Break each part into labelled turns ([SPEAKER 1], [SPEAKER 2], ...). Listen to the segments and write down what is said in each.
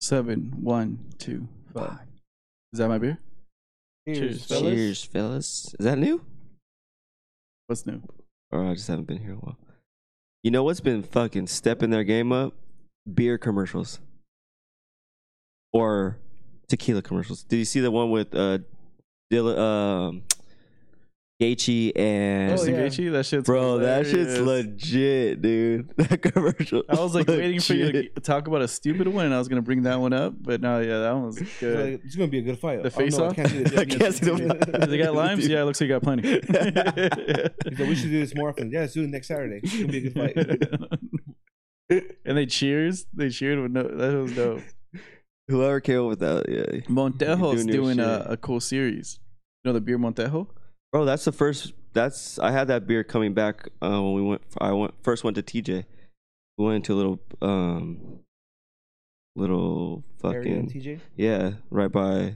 [SPEAKER 1] seven, one, two, five. Is that my beer? Cheers, fellas.
[SPEAKER 2] Cheers, fellas. Is that new?
[SPEAKER 1] What's new?
[SPEAKER 2] Or I just haven't been here in a while. You know what's been fucking stepping their game up? Beer commercials. Or tequila commercials. Did you see the one with uh Dilla um Gaethje and
[SPEAKER 1] Justin
[SPEAKER 3] Oh, yeah.
[SPEAKER 1] Gaethje, that shit's
[SPEAKER 2] Bro, that
[SPEAKER 1] Oh, hilarious.
[SPEAKER 2] shit's legit, dude. That commercial.
[SPEAKER 1] I was like waiting for you to
[SPEAKER 2] legit.
[SPEAKER 1] g- talk about a stupid one, and I was gonna bring that one up, but no, yeah, that one was good.
[SPEAKER 3] It's gonna be a good fight.
[SPEAKER 1] The
[SPEAKER 3] I don't
[SPEAKER 1] face-off?
[SPEAKER 3] know, I can't see
[SPEAKER 2] I can't see the-
[SPEAKER 3] the.
[SPEAKER 1] They got limes? Yeah, it looks like you got plenty.
[SPEAKER 3] He's like, we should do this more often. Yeah, let's do it next Saturday. It's gonna be a good fight.
[SPEAKER 1] and they cheers. They cheered with no. That was dope.
[SPEAKER 2] Whoever came up with that, yeah.
[SPEAKER 1] Montejo's
[SPEAKER 2] Doing your
[SPEAKER 1] doing a,
[SPEAKER 2] shit.
[SPEAKER 1] a cool series. You know the beer Montejo?
[SPEAKER 2] Bro, that's the first. That's I had that beer coming back uh, when we went. I went first went to TJ. We went to a little um, little
[SPEAKER 3] Area,
[SPEAKER 2] fucking
[SPEAKER 3] TJ.
[SPEAKER 2] yeah, right by I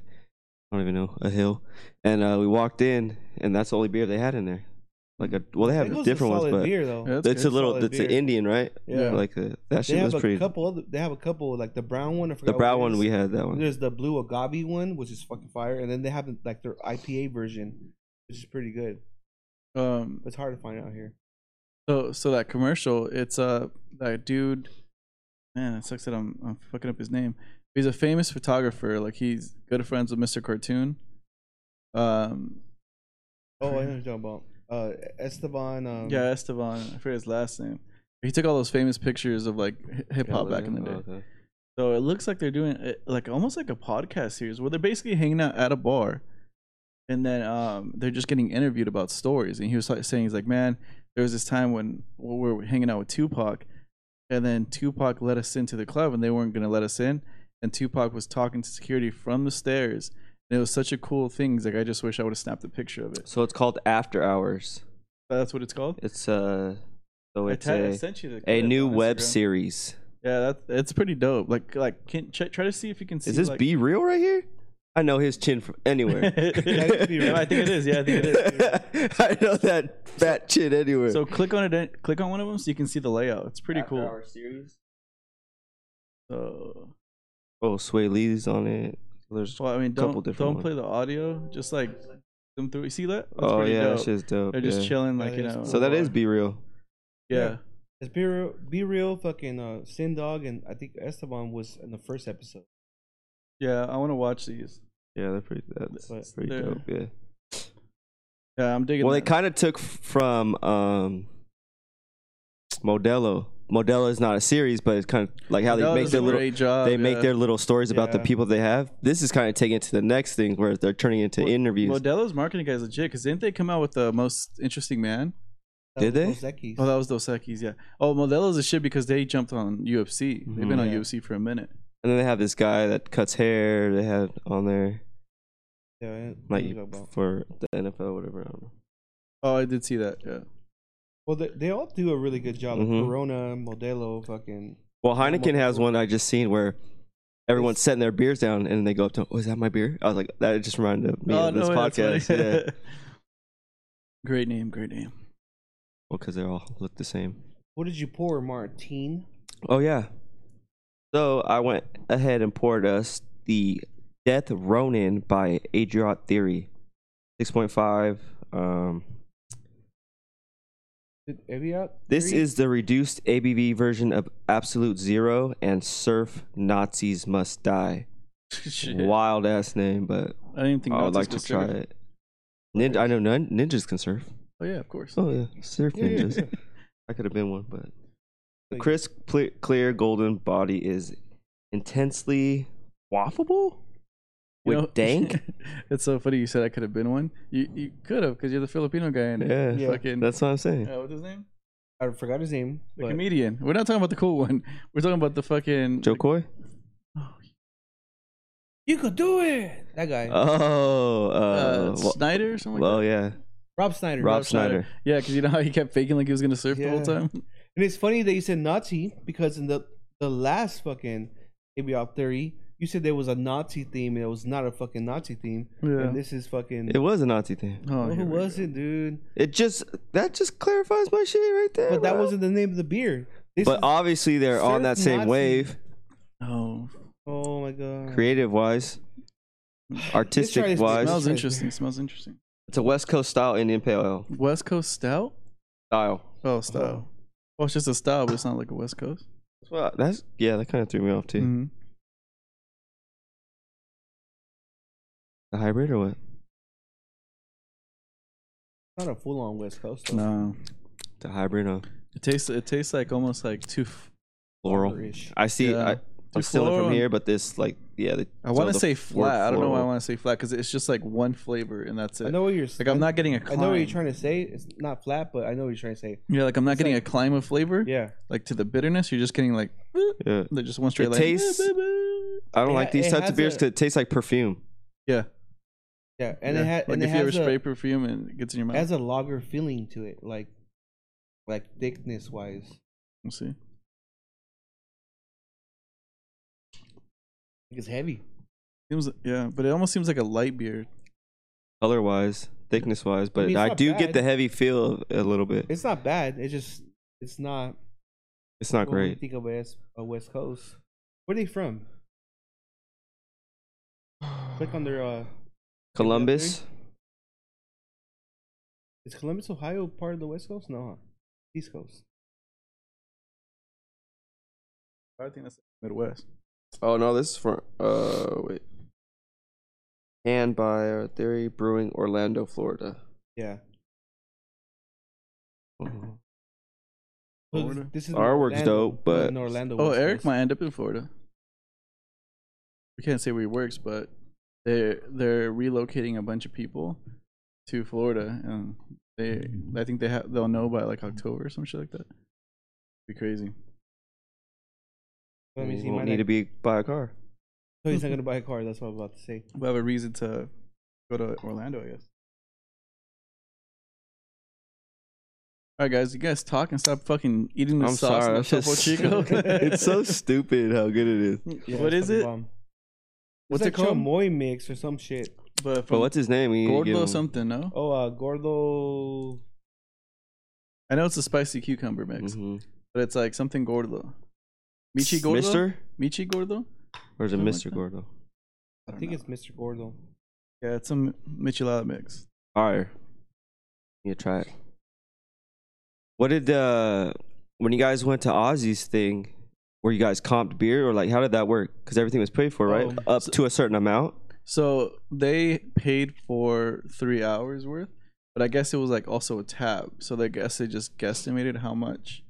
[SPEAKER 2] don't even know a hill, and uh, we walked in, and that's the only beer they had in there. Like a well, they have
[SPEAKER 3] Eagle's a
[SPEAKER 2] different ones,
[SPEAKER 3] solid
[SPEAKER 2] but
[SPEAKER 3] beer though.
[SPEAKER 1] Yeah, that's
[SPEAKER 2] it's a
[SPEAKER 1] good.
[SPEAKER 2] little.
[SPEAKER 3] solid
[SPEAKER 2] It's an
[SPEAKER 3] beer.
[SPEAKER 2] Indian, right?
[SPEAKER 3] Yeah.
[SPEAKER 2] Like uh, that
[SPEAKER 3] They
[SPEAKER 2] shit
[SPEAKER 3] have
[SPEAKER 2] was
[SPEAKER 3] a
[SPEAKER 2] pretty.
[SPEAKER 3] couple. Other, they have a couple like the brown one. I forgot
[SPEAKER 2] the
[SPEAKER 3] what
[SPEAKER 2] brown
[SPEAKER 3] it
[SPEAKER 2] one
[SPEAKER 3] is.
[SPEAKER 2] we had that one.
[SPEAKER 3] There's the blue agave one, which is fucking fire, and then they have like their IPA version, which is pretty good.
[SPEAKER 1] Um,
[SPEAKER 3] But It's hard to find out here.
[SPEAKER 1] So so that commercial, it's uh that dude man, it sucks that I'm I'm fucking up his name. He's a famous photographer, like he's good friends with Mr. Cartoon. Um
[SPEAKER 3] Oh, I know what you're talking about. Uh, Esteban. Um,
[SPEAKER 1] yeah, Esteban, I forget his last name. He took all those famous pictures of like hi- hip hop back in the day.
[SPEAKER 2] Okay.
[SPEAKER 1] So it looks like they're doing uh, like almost like a podcast series where they're basically hanging out at a bar, and then um, they're just getting interviewed about stories. And he was like, saying he's like, man, there was this time when we were hanging out with Tupac, and then Tupac let us into the club, and they weren't gonna let us in. And Tupac was talking to security from the stairs, and it was such a cool thing. He's like, I just wish I would have snapped a picture of it.
[SPEAKER 2] So it's called After Hours.
[SPEAKER 1] That's what it's called.
[SPEAKER 2] It's uh, so
[SPEAKER 1] I
[SPEAKER 2] it's
[SPEAKER 1] ta- I
[SPEAKER 2] a-
[SPEAKER 1] sent you the
[SPEAKER 2] a
[SPEAKER 1] clip
[SPEAKER 2] new
[SPEAKER 1] on
[SPEAKER 2] web
[SPEAKER 1] Instagram.
[SPEAKER 2] series.
[SPEAKER 1] Yeah, that's it's pretty dope. Like like can ch- try to see if you can see.
[SPEAKER 2] Is this
[SPEAKER 1] like,
[SPEAKER 2] be real right here? I know his chin from anywhere.
[SPEAKER 3] could be real.
[SPEAKER 1] yeah, I think it is. Yeah, I think it is.
[SPEAKER 2] is. I know that fat chin anywhere.
[SPEAKER 1] So click on it. and- Click on one of them so you can see the layout. It's pretty cool. So,
[SPEAKER 2] Oh, Sway Lee's on it. There's
[SPEAKER 1] well, I mean,
[SPEAKER 2] Couple
[SPEAKER 1] don't
[SPEAKER 2] different
[SPEAKER 1] don't
[SPEAKER 2] ones.
[SPEAKER 1] play the audio. Just like them through. You see that? That's
[SPEAKER 2] oh
[SPEAKER 1] pretty
[SPEAKER 2] yeah,
[SPEAKER 1] dope.
[SPEAKER 2] that shit's dope.
[SPEAKER 1] They're just
[SPEAKER 2] yeah.
[SPEAKER 1] chilling, like
[SPEAKER 3] That
[SPEAKER 1] you
[SPEAKER 3] is
[SPEAKER 1] know.
[SPEAKER 3] cool.
[SPEAKER 2] So that is be real.
[SPEAKER 1] Yeah.
[SPEAKER 3] It's be real, be real, fucking uh, Sin Dog, and I think Esteban was in the first episode.
[SPEAKER 1] Yeah, I want to watch these.
[SPEAKER 2] Yeah, they're pretty. That's
[SPEAKER 3] But
[SPEAKER 2] pretty
[SPEAKER 1] they're-
[SPEAKER 2] dope. Yeah.
[SPEAKER 1] Yeah, I'm digging.
[SPEAKER 2] Well, they
[SPEAKER 1] that.
[SPEAKER 2] kind of took from um, Modelo. Modelo is not a series, but it's kind of like how
[SPEAKER 1] That
[SPEAKER 2] they make
[SPEAKER 1] was
[SPEAKER 2] their
[SPEAKER 1] a
[SPEAKER 2] little.
[SPEAKER 1] great job,
[SPEAKER 2] they make
[SPEAKER 1] yeah.
[SPEAKER 2] their little stories about the
[SPEAKER 3] Yeah.
[SPEAKER 2] people they have. This is kind of taking it to the next thing where they're turning it into
[SPEAKER 1] Well,
[SPEAKER 2] interviews.
[SPEAKER 1] Modelo's marketing guys legit because didn't they come out with the most interesting man?
[SPEAKER 2] Did they?
[SPEAKER 3] Ozeki.
[SPEAKER 1] Oh, that was Dos Equis, yeah. Oh, Modelo's a shit because they jumped on UFC. They've been
[SPEAKER 2] Mhm.
[SPEAKER 1] on
[SPEAKER 3] Yeah.
[SPEAKER 1] UFC for a minute.
[SPEAKER 2] And then they have this guy that cuts hair. They had on there
[SPEAKER 3] yeah, I know what
[SPEAKER 2] like
[SPEAKER 3] you're talking about.
[SPEAKER 2] for the NFL, or whatever. I don't know.
[SPEAKER 1] Oh, I did see that. Yeah.
[SPEAKER 3] Well, they, they all do a really good job. Like
[SPEAKER 2] Mhm.
[SPEAKER 3] Corona, Modelo, fucking.
[SPEAKER 2] Well, Heineken has one I just seen where everyone's
[SPEAKER 3] It's-
[SPEAKER 2] setting their beers down and they go up to, "Oh, is that my beer?" I was like, that just reminded me
[SPEAKER 1] oh
[SPEAKER 2] of this
[SPEAKER 1] way, that's
[SPEAKER 2] podcast.
[SPEAKER 1] funny.
[SPEAKER 2] yeah,
[SPEAKER 1] great name. Great name.
[SPEAKER 2] well, because they all look the same.
[SPEAKER 3] What did you pour, Martine?
[SPEAKER 2] Oh yeah. So I went ahead and poured us the Death Ronin by Adriot Theory, six point five. Um,
[SPEAKER 3] Did Eviat?
[SPEAKER 2] This is the reduced ABV version of Absolute Zero and Surf Nazis Must Die.
[SPEAKER 1] Shit.
[SPEAKER 2] Wild ass name, but
[SPEAKER 1] I didn't think
[SPEAKER 2] I would
[SPEAKER 1] Nazis
[SPEAKER 2] like to
[SPEAKER 1] could
[SPEAKER 2] try
[SPEAKER 1] surf.
[SPEAKER 2] it. Ninja, I know nin- ninjas can surf.
[SPEAKER 1] Oh yeah, of course.
[SPEAKER 2] Oh yeah, surf
[SPEAKER 3] Yeah, yeah,
[SPEAKER 2] ninjas.
[SPEAKER 3] yeah.
[SPEAKER 2] I could have been one, but the
[SPEAKER 3] Like-
[SPEAKER 2] crisp, clear, clear golden body is intensely waffable
[SPEAKER 1] You
[SPEAKER 2] with
[SPEAKER 1] know-
[SPEAKER 2] dank.
[SPEAKER 1] it's so funny you said I could have been one. You you could have because you're the Filipino guy and
[SPEAKER 2] Yeah,
[SPEAKER 3] Yeah.
[SPEAKER 1] fucking
[SPEAKER 2] that's what I'm saying.
[SPEAKER 1] uh, what's his name?
[SPEAKER 3] I forgot his name.
[SPEAKER 1] The
[SPEAKER 3] but
[SPEAKER 1] comedian. We're not talking about the cool one. We're talking about the fucking
[SPEAKER 2] Joe Coy.
[SPEAKER 3] You could do it. That guy,
[SPEAKER 2] Oh,
[SPEAKER 1] uh,
[SPEAKER 2] uh, well-
[SPEAKER 1] Snyder or something. Like
[SPEAKER 2] oh
[SPEAKER 1] that.
[SPEAKER 2] yeah,
[SPEAKER 3] Rob Snyder.
[SPEAKER 2] Rob Snyder.
[SPEAKER 1] Yeah, because you know how he kept faking like he was gonna surf the whole
[SPEAKER 3] Yeah.
[SPEAKER 1] time.
[SPEAKER 3] And it's funny that you said Nazi because in the the last fucking Eviat theory, you said there was a Nazi theme and it was not a fucking Nazi theme.
[SPEAKER 1] Yeah.
[SPEAKER 3] And this is fucking.
[SPEAKER 2] It was a Nazi thing.
[SPEAKER 1] Oh,
[SPEAKER 3] who
[SPEAKER 1] here we
[SPEAKER 3] was
[SPEAKER 1] go.
[SPEAKER 3] it, dude?
[SPEAKER 2] It just that just clarifies my shit right there.
[SPEAKER 3] But that
[SPEAKER 2] bro.
[SPEAKER 3] wasn't the name of the beer. This
[SPEAKER 2] But
[SPEAKER 3] is-
[SPEAKER 2] obviously they're on
[SPEAKER 3] Surf
[SPEAKER 2] that same
[SPEAKER 3] Nazi.
[SPEAKER 2] wave.
[SPEAKER 1] Oh,
[SPEAKER 3] oh like uh,
[SPEAKER 2] creative wise, artistic
[SPEAKER 3] this
[SPEAKER 2] wise.
[SPEAKER 1] Smells
[SPEAKER 3] Nice.
[SPEAKER 1] interesting. Smells interesting.
[SPEAKER 2] It's a West Coast style Indian Pale Ale
[SPEAKER 1] West Coast stout.
[SPEAKER 2] style.
[SPEAKER 1] Oh, style. Oh, it's just a style, but it's not like a West Coast.
[SPEAKER 2] Well, that's yeah, that kind of threw me off too.
[SPEAKER 1] Mhm.
[SPEAKER 2] The hybrid or what?
[SPEAKER 3] not a full on West Coast. though.
[SPEAKER 1] No,
[SPEAKER 2] The hybrid uh, of
[SPEAKER 1] it tastes. It tastes like almost like too. f-
[SPEAKER 2] floral.
[SPEAKER 3] Flower-ish.
[SPEAKER 2] I see.
[SPEAKER 1] Yeah.
[SPEAKER 2] I,
[SPEAKER 1] Too
[SPEAKER 2] I'm stealing
[SPEAKER 1] floral
[SPEAKER 2] from
[SPEAKER 1] and-
[SPEAKER 2] here, but this like yeah. The,
[SPEAKER 1] I want to
[SPEAKER 2] so the
[SPEAKER 1] say
[SPEAKER 2] f- word
[SPEAKER 1] flat. I don't know why I
[SPEAKER 2] floral.
[SPEAKER 1] want to say flat because it's just like one flavor and that's
[SPEAKER 3] I
[SPEAKER 1] it.
[SPEAKER 3] know what you're.
[SPEAKER 1] Like I'm not getting a
[SPEAKER 3] I
[SPEAKER 1] climb.
[SPEAKER 3] know what you're trying to say. It's not flat, but I know what you're trying to say.
[SPEAKER 1] Yeah, like I'm not getting a climb of flavor.
[SPEAKER 3] Yeah,
[SPEAKER 1] Like to the bitterness, you're just getting like "Boop."
[SPEAKER 2] Yeah.
[SPEAKER 1] they're just one straight
[SPEAKER 2] It
[SPEAKER 1] like
[SPEAKER 2] tastes-
[SPEAKER 1] "Boop, boop, boop."
[SPEAKER 2] I don't
[SPEAKER 3] It
[SPEAKER 2] like
[SPEAKER 3] ha-
[SPEAKER 2] these
[SPEAKER 3] it
[SPEAKER 2] types
[SPEAKER 3] has
[SPEAKER 2] of beers
[SPEAKER 3] a-
[SPEAKER 2] because it tastes like perfume.
[SPEAKER 1] Yeah.
[SPEAKER 3] yeah, and
[SPEAKER 1] yeah.
[SPEAKER 3] it has
[SPEAKER 1] like
[SPEAKER 3] and
[SPEAKER 1] if
[SPEAKER 3] it
[SPEAKER 1] you ever
[SPEAKER 3] has
[SPEAKER 1] spray
[SPEAKER 3] a,
[SPEAKER 1] perfume and it gets in your mouth.
[SPEAKER 3] has a lager feeling to it, like like thickness wise.
[SPEAKER 1] Let's see.
[SPEAKER 3] It's heavy.
[SPEAKER 1] Seems, yeah, but it almost seems like a light beer.
[SPEAKER 2] color wise, thickness wise, but I,
[SPEAKER 3] mean, it's not
[SPEAKER 2] do
[SPEAKER 3] bad.
[SPEAKER 2] get the heavy feel a little bit.
[SPEAKER 3] It's not bad. It's just it's not
[SPEAKER 2] It's not
[SPEAKER 3] what we
[SPEAKER 2] great.
[SPEAKER 3] think of as a West Coast. Where are they from? Click on their. uh
[SPEAKER 2] Columbus,
[SPEAKER 3] Is Columbus, Ohio, part of the West Coast? No, huh? East Coast.
[SPEAKER 1] I think that's Midwest.
[SPEAKER 2] Oh no, this is from uh wait. And by uh, Theory Brewing, Orlando, Florida.
[SPEAKER 3] Yeah.
[SPEAKER 2] Our
[SPEAKER 3] So
[SPEAKER 1] Florida.
[SPEAKER 3] This, this is
[SPEAKER 2] work's
[SPEAKER 3] Orlando.
[SPEAKER 2] dope,
[SPEAKER 3] This is
[SPEAKER 2] but
[SPEAKER 3] in Orlando.
[SPEAKER 1] Oh,
[SPEAKER 3] West
[SPEAKER 1] Eric
[SPEAKER 3] Coast.
[SPEAKER 1] might end up in Florida. We can't say where he works, but they're they're relocating a bunch of people to Florida, and they I think they have they'll know by like October or some shit like that. Be crazy.
[SPEAKER 3] That means he
[SPEAKER 2] won't
[SPEAKER 3] might
[SPEAKER 2] need
[SPEAKER 3] not-
[SPEAKER 2] to be buy a car.
[SPEAKER 3] So he's not gonna buy a car. That's what I'm about to say.
[SPEAKER 1] We'll have a reason to go to Orlando, I guess. All right, guys, you guys talk and stop fucking eating the
[SPEAKER 2] I'm
[SPEAKER 1] sauce
[SPEAKER 2] sorry,
[SPEAKER 1] in
[SPEAKER 2] I'm
[SPEAKER 1] the Topo
[SPEAKER 2] just-
[SPEAKER 1] Chico.
[SPEAKER 2] It's so stupid how good it is.
[SPEAKER 3] Yeah,
[SPEAKER 1] what
[SPEAKER 3] it's
[SPEAKER 1] is
[SPEAKER 3] fucking
[SPEAKER 1] it?
[SPEAKER 3] bomb. It's
[SPEAKER 1] What's
[SPEAKER 3] like
[SPEAKER 1] it called?
[SPEAKER 3] Chamoy mix or some shit.
[SPEAKER 1] But
[SPEAKER 2] But
[SPEAKER 1] from
[SPEAKER 2] what's his name? We need to give
[SPEAKER 1] Gordo
[SPEAKER 2] him-
[SPEAKER 1] something, no?
[SPEAKER 3] Oh, uh, Gordo.
[SPEAKER 1] I know it's a spicy cucumber mix.
[SPEAKER 2] Mhm.
[SPEAKER 1] but it's like something gordo. Michi gordo.
[SPEAKER 2] Mister
[SPEAKER 1] Michi gordo.
[SPEAKER 2] or is it
[SPEAKER 1] Something like
[SPEAKER 2] Mister
[SPEAKER 1] that.
[SPEAKER 2] Gordo?
[SPEAKER 3] I,
[SPEAKER 1] don't
[SPEAKER 3] think
[SPEAKER 1] know.
[SPEAKER 3] it's Mr. Gordo.
[SPEAKER 1] yeah, it's some michelada mix.
[SPEAKER 2] Fire. Yeah, try it. What did uh when you guys went to Ozzy's thing? Were you guys comped beer or like how did that work? Because everything was paid
[SPEAKER 1] Um,
[SPEAKER 2] for, right?
[SPEAKER 3] Oh.
[SPEAKER 2] Up to a certain amount.
[SPEAKER 1] So they paid for three hours worth, but I guess it was like also a tab. So they guess they just guesstimated how much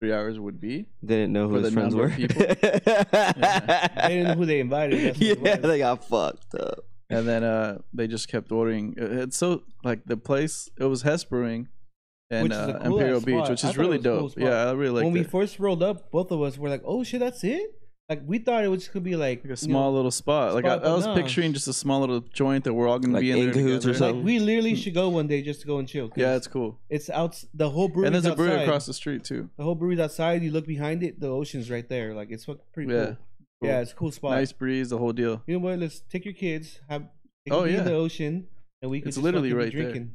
[SPEAKER 1] three hours would be.
[SPEAKER 2] They didn't know who
[SPEAKER 1] For
[SPEAKER 2] his
[SPEAKER 1] the
[SPEAKER 2] friends
[SPEAKER 1] number
[SPEAKER 2] were.
[SPEAKER 1] of people.
[SPEAKER 3] I didn't know who they invited. That's what it
[SPEAKER 2] yeah,
[SPEAKER 3] was.
[SPEAKER 2] they got fucked up.
[SPEAKER 1] and then uh they just kept ordering. It- It's so like the place it was Hess Brewing and
[SPEAKER 3] Which is a
[SPEAKER 1] uh,
[SPEAKER 3] cool
[SPEAKER 1] Imperial
[SPEAKER 3] ass
[SPEAKER 1] Beach,
[SPEAKER 3] spot.
[SPEAKER 1] which
[SPEAKER 3] I
[SPEAKER 1] is
[SPEAKER 3] thought it
[SPEAKER 1] really
[SPEAKER 3] was a cool
[SPEAKER 1] dope.
[SPEAKER 3] spot.
[SPEAKER 1] yeah, I really
[SPEAKER 3] when
[SPEAKER 1] like
[SPEAKER 3] we
[SPEAKER 1] it.
[SPEAKER 3] first rolled up, both of us were like, "Oh shit, that's it!" Like we thought it was could be
[SPEAKER 1] like
[SPEAKER 3] like,
[SPEAKER 1] a
[SPEAKER 3] you
[SPEAKER 1] small
[SPEAKER 3] know,
[SPEAKER 1] little spot. Like I,
[SPEAKER 3] spot,
[SPEAKER 1] I
[SPEAKER 3] but
[SPEAKER 1] was
[SPEAKER 3] no.
[SPEAKER 1] picturing just a small little joint that we're all gonna
[SPEAKER 2] Like
[SPEAKER 1] be in,
[SPEAKER 2] in
[SPEAKER 1] there
[SPEAKER 2] cahoots or
[SPEAKER 1] together.
[SPEAKER 2] something.
[SPEAKER 3] we literally should go one day just to go and chill. 'cause
[SPEAKER 1] Hmm. Yeah, it's cool.
[SPEAKER 3] it's out. The whole brewery.
[SPEAKER 1] and there's a brewery
[SPEAKER 3] outside.
[SPEAKER 1] across the street too.
[SPEAKER 3] The whole brewery's outside. You look behind it, the ocean's right there. Like it's fuck- pretty
[SPEAKER 1] Yeah,
[SPEAKER 3] cool.
[SPEAKER 2] cool.
[SPEAKER 3] Yeah, it's a cool spot.
[SPEAKER 1] Nice breeze, the whole deal.
[SPEAKER 3] You know what? Let's take your kids. Have they
[SPEAKER 1] Oh,
[SPEAKER 3] can be in
[SPEAKER 1] yeah.
[SPEAKER 3] the ocean, and we can
[SPEAKER 1] It's
[SPEAKER 3] just
[SPEAKER 1] literally
[SPEAKER 3] fucking be
[SPEAKER 1] right there.
[SPEAKER 3] drinking.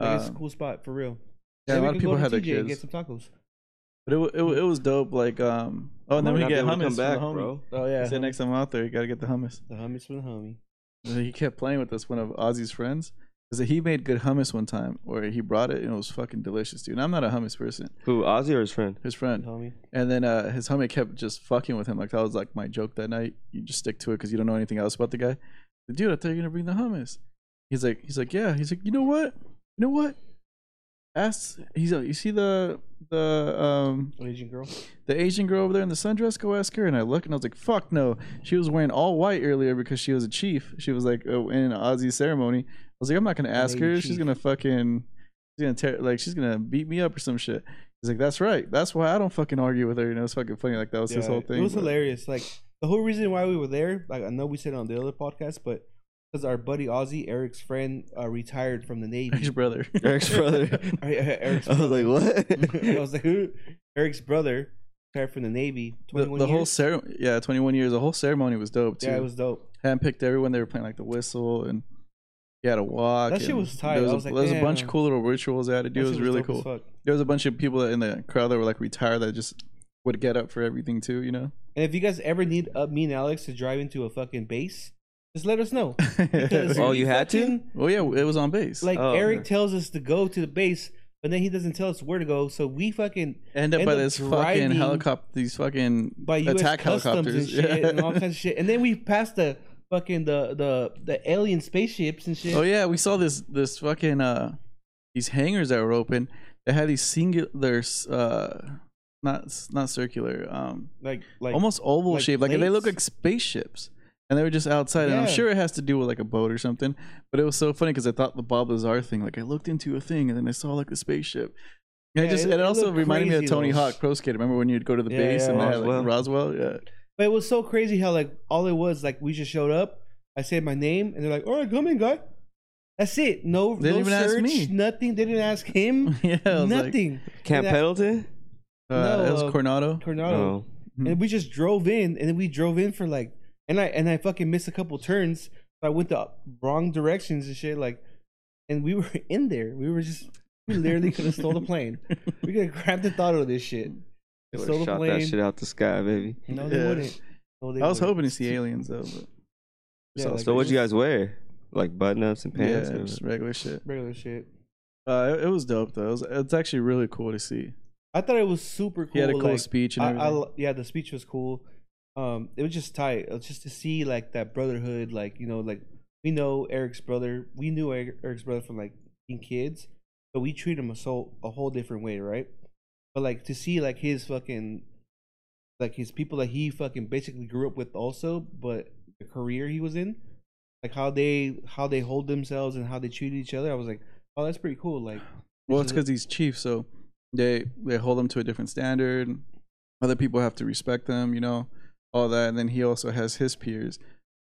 [SPEAKER 3] Like, it's a
[SPEAKER 1] Um,
[SPEAKER 3] cool spot for real.
[SPEAKER 1] Yeah,
[SPEAKER 3] Then
[SPEAKER 1] a
[SPEAKER 3] we
[SPEAKER 1] lot of
[SPEAKER 3] can go
[SPEAKER 1] people
[SPEAKER 3] to
[SPEAKER 1] had their
[SPEAKER 3] TJ and
[SPEAKER 1] kids,
[SPEAKER 3] Get some tacos.
[SPEAKER 1] but it, wa- it wa- it was dope. Like um, oh, and then
[SPEAKER 2] Might
[SPEAKER 1] we
[SPEAKER 2] not be
[SPEAKER 1] get
[SPEAKER 2] able to come
[SPEAKER 1] hummus
[SPEAKER 2] back,
[SPEAKER 1] from the homie.
[SPEAKER 2] bro.
[SPEAKER 3] Oh yeah,
[SPEAKER 1] He said next time I'm out there, you gotta get the hummus.
[SPEAKER 3] the hummus from the homie.
[SPEAKER 1] And he kept playing with us, one of Ozzy's friends, because he made good hummus one time, where he brought it and it was fucking delicious, dude. And I'm not a hummus person.
[SPEAKER 2] Who, Ozzy or his friend?
[SPEAKER 1] His
[SPEAKER 3] The
[SPEAKER 1] friend,
[SPEAKER 3] homie.
[SPEAKER 1] and then uh, his homie kept just fucking with him. Like that was like my joke that night. You just stick to it because you don't know anything else about the guy. But, Dude, I thought you were gonna bring the hummus. He's like, he's like, yeah. He's like, you know what? You know what? Ask. He's like, you see the the um
[SPEAKER 3] Asian girl.
[SPEAKER 1] the Asian girl over there in the sundress. Go ask her. And I look and I was like, fuck no. She was wearing all white earlier because she was a chief. She was like uh, in an Aussie ceremony. I was like, I'm not gonna ask
[SPEAKER 3] lady
[SPEAKER 1] her.
[SPEAKER 3] chief.
[SPEAKER 1] She's gonna fucking she's gonna tear like she's gonna beat me up or some shit. He's like, that's right. That's why I don't fucking argue with her. You know, it's fucking funny. Like that was his
[SPEAKER 3] Yeah,
[SPEAKER 1] whole thing.
[SPEAKER 3] It was
[SPEAKER 1] but-
[SPEAKER 3] hilarious. Like the whole reason why we were there, like I know we said on the other podcast, but because our buddy Ozzy, Eric's friend, uh, retired from the
[SPEAKER 1] Eric's
[SPEAKER 3] Navy.
[SPEAKER 1] brother.
[SPEAKER 2] Eric's brother.
[SPEAKER 3] Eric's
[SPEAKER 2] I was like,
[SPEAKER 3] I
[SPEAKER 2] what?
[SPEAKER 3] was like, who? Eric's brother retired from the Navy.
[SPEAKER 1] The,
[SPEAKER 3] 21
[SPEAKER 1] the whole
[SPEAKER 3] years?
[SPEAKER 1] ceremony, yeah, 21 years. The whole ceremony was dope too.
[SPEAKER 3] Yeah, it was dope.
[SPEAKER 1] Handpicked everyone. They were playing like the whistle and he had a walk.
[SPEAKER 3] That shit
[SPEAKER 1] and
[SPEAKER 3] was tight.
[SPEAKER 1] There was,
[SPEAKER 3] I
[SPEAKER 1] a-
[SPEAKER 3] was like,
[SPEAKER 1] there was a bunch of
[SPEAKER 3] damn.
[SPEAKER 1] cool little rituals they had to do.
[SPEAKER 3] That
[SPEAKER 1] It was
[SPEAKER 3] shit
[SPEAKER 1] really
[SPEAKER 3] dope as
[SPEAKER 1] cool.
[SPEAKER 3] fuck.
[SPEAKER 1] There was a bunch of people that in the crowd that were like retired that just would get up for everything too, you know?
[SPEAKER 3] And if you guys ever need uh, me and Alex to drive into a fucking base, just let us know. Because
[SPEAKER 2] Oh, you had to?
[SPEAKER 3] fucking-
[SPEAKER 1] well, yeah, it was on base.
[SPEAKER 3] Like
[SPEAKER 2] Oh,
[SPEAKER 3] Eric
[SPEAKER 2] okay.
[SPEAKER 3] tells us to go to the base, but then he doesn't tell us where to go. So we fucking
[SPEAKER 1] end up
[SPEAKER 3] end
[SPEAKER 1] by
[SPEAKER 3] up
[SPEAKER 1] this
[SPEAKER 3] driving
[SPEAKER 1] fucking helicopter, these fucking
[SPEAKER 3] by U.S.
[SPEAKER 1] attack
[SPEAKER 3] customs and
[SPEAKER 1] helicopters.
[SPEAKER 3] shit
[SPEAKER 1] Yeah.
[SPEAKER 3] and all kinds of shit. And then we passed the fucking the the the alien spaceships and shit.
[SPEAKER 1] Oh yeah, we saw this this fucking uh these hangars that were open that had these singular uh not not circular um
[SPEAKER 3] Like like
[SPEAKER 1] almost oval
[SPEAKER 3] like
[SPEAKER 1] shaped like they look
[SPEAKER 3] plates?
[SPEAKER 1] like spaceships and they were just outside and I'm
[SPEAKER 3] Yeah.
[SPEAKER 1] sure it has to do with like a boat or something but it was so funny because I thought the Bob Lazar thing like I looked into a thing and then I saw like a spaceship. And
[SPEAKER 3] Yeah,
[SPEAKER 1] I just
[SPEAKER 3] it-
[SPEAKER 1] and it
[SPEAKER 3] it
[SPEAKER 1] also
[SPEAKER 3] looked
[SPEAKER 1] reminded me of
[SPEAKER 3] crazy,
[SPEAKER 1] Tony
[SPEAKER 3] though.
[SPEAKER 1] Hawk Pro Skater. Remember when you'd go to the
[SPEAKER 3] Yeah,
[SPEAKER 1] base
[SPEAKER 3] yeah,
[SPEAKER 1] and they had like
[SPEAKER 2] Roswell.
[SPEAKER 1] Roswell? Yeah.
[SPEAKER 3] But it was so crazy how like all it was like we just showed up. I said my name, and they're like, "All right, come in, guy." That's it. No,
[SPEAKER 1] They didn't
[SPEAKER 3] no
[SPEAKER 1] even ask
[SPEAKER 3] search,
[SPEAKER 1] me.
[SPEAKER 3] Nothing. They didn't ask him.
[SPEAKER 1] yeah. I was like,
[SPEAKER 3] nothing.
[SPEAKER 2] Camp
[SPEAKER 3] And I-
[SPEAKER 2] Pendleton?
[SPEAKER 1] uh,
[SPEAKER 3] No,
[SPEAKER 1] it was
[SPEAKER 3] uh,
[SPEAKER 1] Coronado.
[SPEAKER 2] Oh.
[SPEAKER 3] Coronado. And we just drove in, and then we drove in for like, and I and I fucking missed a couple turns. So I went the wrong directions and shit. Like, and we were in there. We were just we literally could have stole the plane. We could have grabbed the thought of this shit.
[SPEAKER 2] They
[SPEAKER 3] Stole
[SPEAKER 2] would've
[SPEAKER 3] the
[SPEAKER 2] shot
[SPEAKER 3] plane.
[SPEAKER 2] that shit out the sky, baby.
[SPEAKER 3] No, they
[SPEAKER 1] Yeah.
[SPEAKER 3] wouldn't. No, they
[SPEAKER 1] I was
[SPEAKER 3] wouldn't.
[SPEAKER 1] hoping to see aliens though. But
[SPEAKER 3] Yeah,
[SPEAKER 1] so
[SPEAKER 3] like-
[SPEAKER 2] So what'd you guys wear? Like button ups and pants?
[SPEAKER 1] yeah,
[SPEAKER 2] or-
[SPEAKER 1] just regular shit.
[SPEAKER 3] regular shit.
[SPEAKER 1] Uh, it, it was dope though. It was, it's actually really cool to see.
[SPEAKER 3] I thought it was super cool.
[SPEAKER 1] He had a cool
[SPEAKER 3] like,
[SPEAKER 1] speech and
[SPEAKER 3] I, I,
[SPEAKER 1] everything.
[SPEAKER 3] l- yeah, the speech was cool. Um, it was just tight. It was just to see like that brotherhood, like you know, like we know Eric's brother. We knew Eric, Eric's brother from like being kids, but we treat him a so a whole different way, right? But like to see like his fucking, like his people that he fucking basically grew up with also, but the career he was in, like how they how they hold themselves and how they treat each other. I was like, oh, that's pretty cool. Like,
[SPEAKER 1] well, it's
[SPEAKER 3] this is a-
[SPEAKER 1] because he's chief, so they they hold him to a different standard. Other people have to respect them, you know, all that. And then he also has his peers,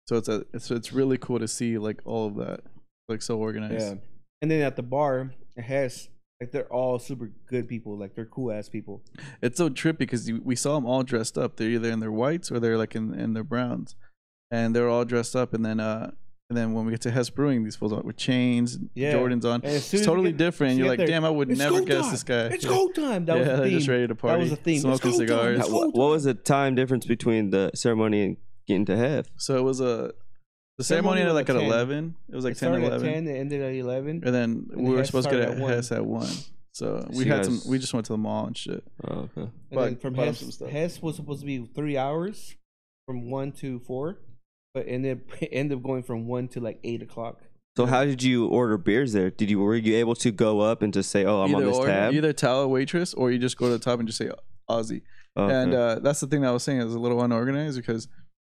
[SPEAKER 1] so it's a so it's really cool to see like all of that, like so
[SPEAKER 3] Yeah.
[SPEAKER 1] organized.
[SPEAKER 3] And then at the bar, it has like they're all super good people. Like they're cool ass people.
[SPEAKER 1] It's so trippy because we saw them all dressed up. They're either in their whites or they're like in, in their browns, and they're all dressed up. And then uh and then when we get to Hess Brewing, these fools out with chains,
[SPEAKER 3] Yeah.
[SPEAKER 1] Jordans on.
[SPEAKER 3] And as soon
[SPEAKER 1] It's
[SPEAKER 3] as
[SPEAKER 1] totally
[SPEAKER 3] you get-
[SPEAKER 1] different.
[SPEAKER 3] you
[SPEAKER 1] You're
[SPEAKER 3] get
[SPEAKER 1] like,
[SPEAKER 3] there,
[SPEAKER 1] damn, I would
[SPEAKER 3] "It's
[SPEAKER 1] never
[SPEAKER 3] go
[SPEAKER 1] guess
[SPEAKER 3] time!
[SPEAKER 1] this guy.
[SPEAKER 3] It's go time. That
[SPEAKER 1] yeah,
[SPEAKER 3] was the
[SPEAKER 1] they're
[SPEAKER 3] theme.
[SPEAKER 1] just ready to party.
[SPEAKER 3] That was the theme. It's
[SPEAKER 1] Smoking
[SPEAKER 3] go time!
[SPEAKER 1] cigars.
[SPEAKER 3] It's
[SPEAKER 2] How-
[SPEAKER 3] go
[SPEAKER 2] what was the time difference between the ceremony and getting to have?
[SPEAKER 1] So it was a the
[SPEAKER 3] Ceremony
[SPEAKER 1] ceremony ended
[SPEAKER 3] was
[SPEAKER 1] like
[SPEAKER 3] at
[SPEAKER 1] at
[SPEAKER 3] 10.
[SPEAKER 1] eleven. It was like
[SPEAKER 3] it
[SPEAKER 1] 10,
[SPEAKER 3] started
[SPEAKER 1] 11.
[SPEAKER 3] at ten. It ended at eleven.
[SPEAKER 1] and then
[SPEAKER 3] and
[SPEAKER 1] we
[SPEAKER 3] the
[SPEAKER 1] were
[SPEAKER 3] Hess
[SPEAKER 1] supposed to get
[SPEAKER 3] started
[SPEAKER 1] at
[SPEAKER 3] at 1.
[SPEAKER 1] Hess at one. So we
[SPEAKER 2] So you
[SPEAKER 1] had
[SPEAKER 2] guys-
[SPEAKER 1] some. We just went to the mall and shit.
[SPEAKER 2] Oh, okay.
[SPEAKER 3] And then
[SPEAKER 1] But-
[SPEAKER 3] from
[SPEAKER 1] but
[SPEAKER 3] Hess,
[SPEAKER 1] some stuff.
[SPEAKER 3] Hess was supposed to be three hours, from one to four, but and it ended up going from one to like eight o'clock.
[SPEAKER 2] So how did you order beers there? Did you were you able to go up and just say, "Oh, I'm
[SPEAKER 1] either
[SPEAKER 2] on this
[SPEAKER 1] or,
[SPEAKER 2] tab"?
[SPEAKER 1] either tell a waitress or you just go to the top and just say Aussie.
[SPEAKER 2] Oh, okay.
[SPEAKER 1] And uh, that's the thing that I was saying is a little unorganized because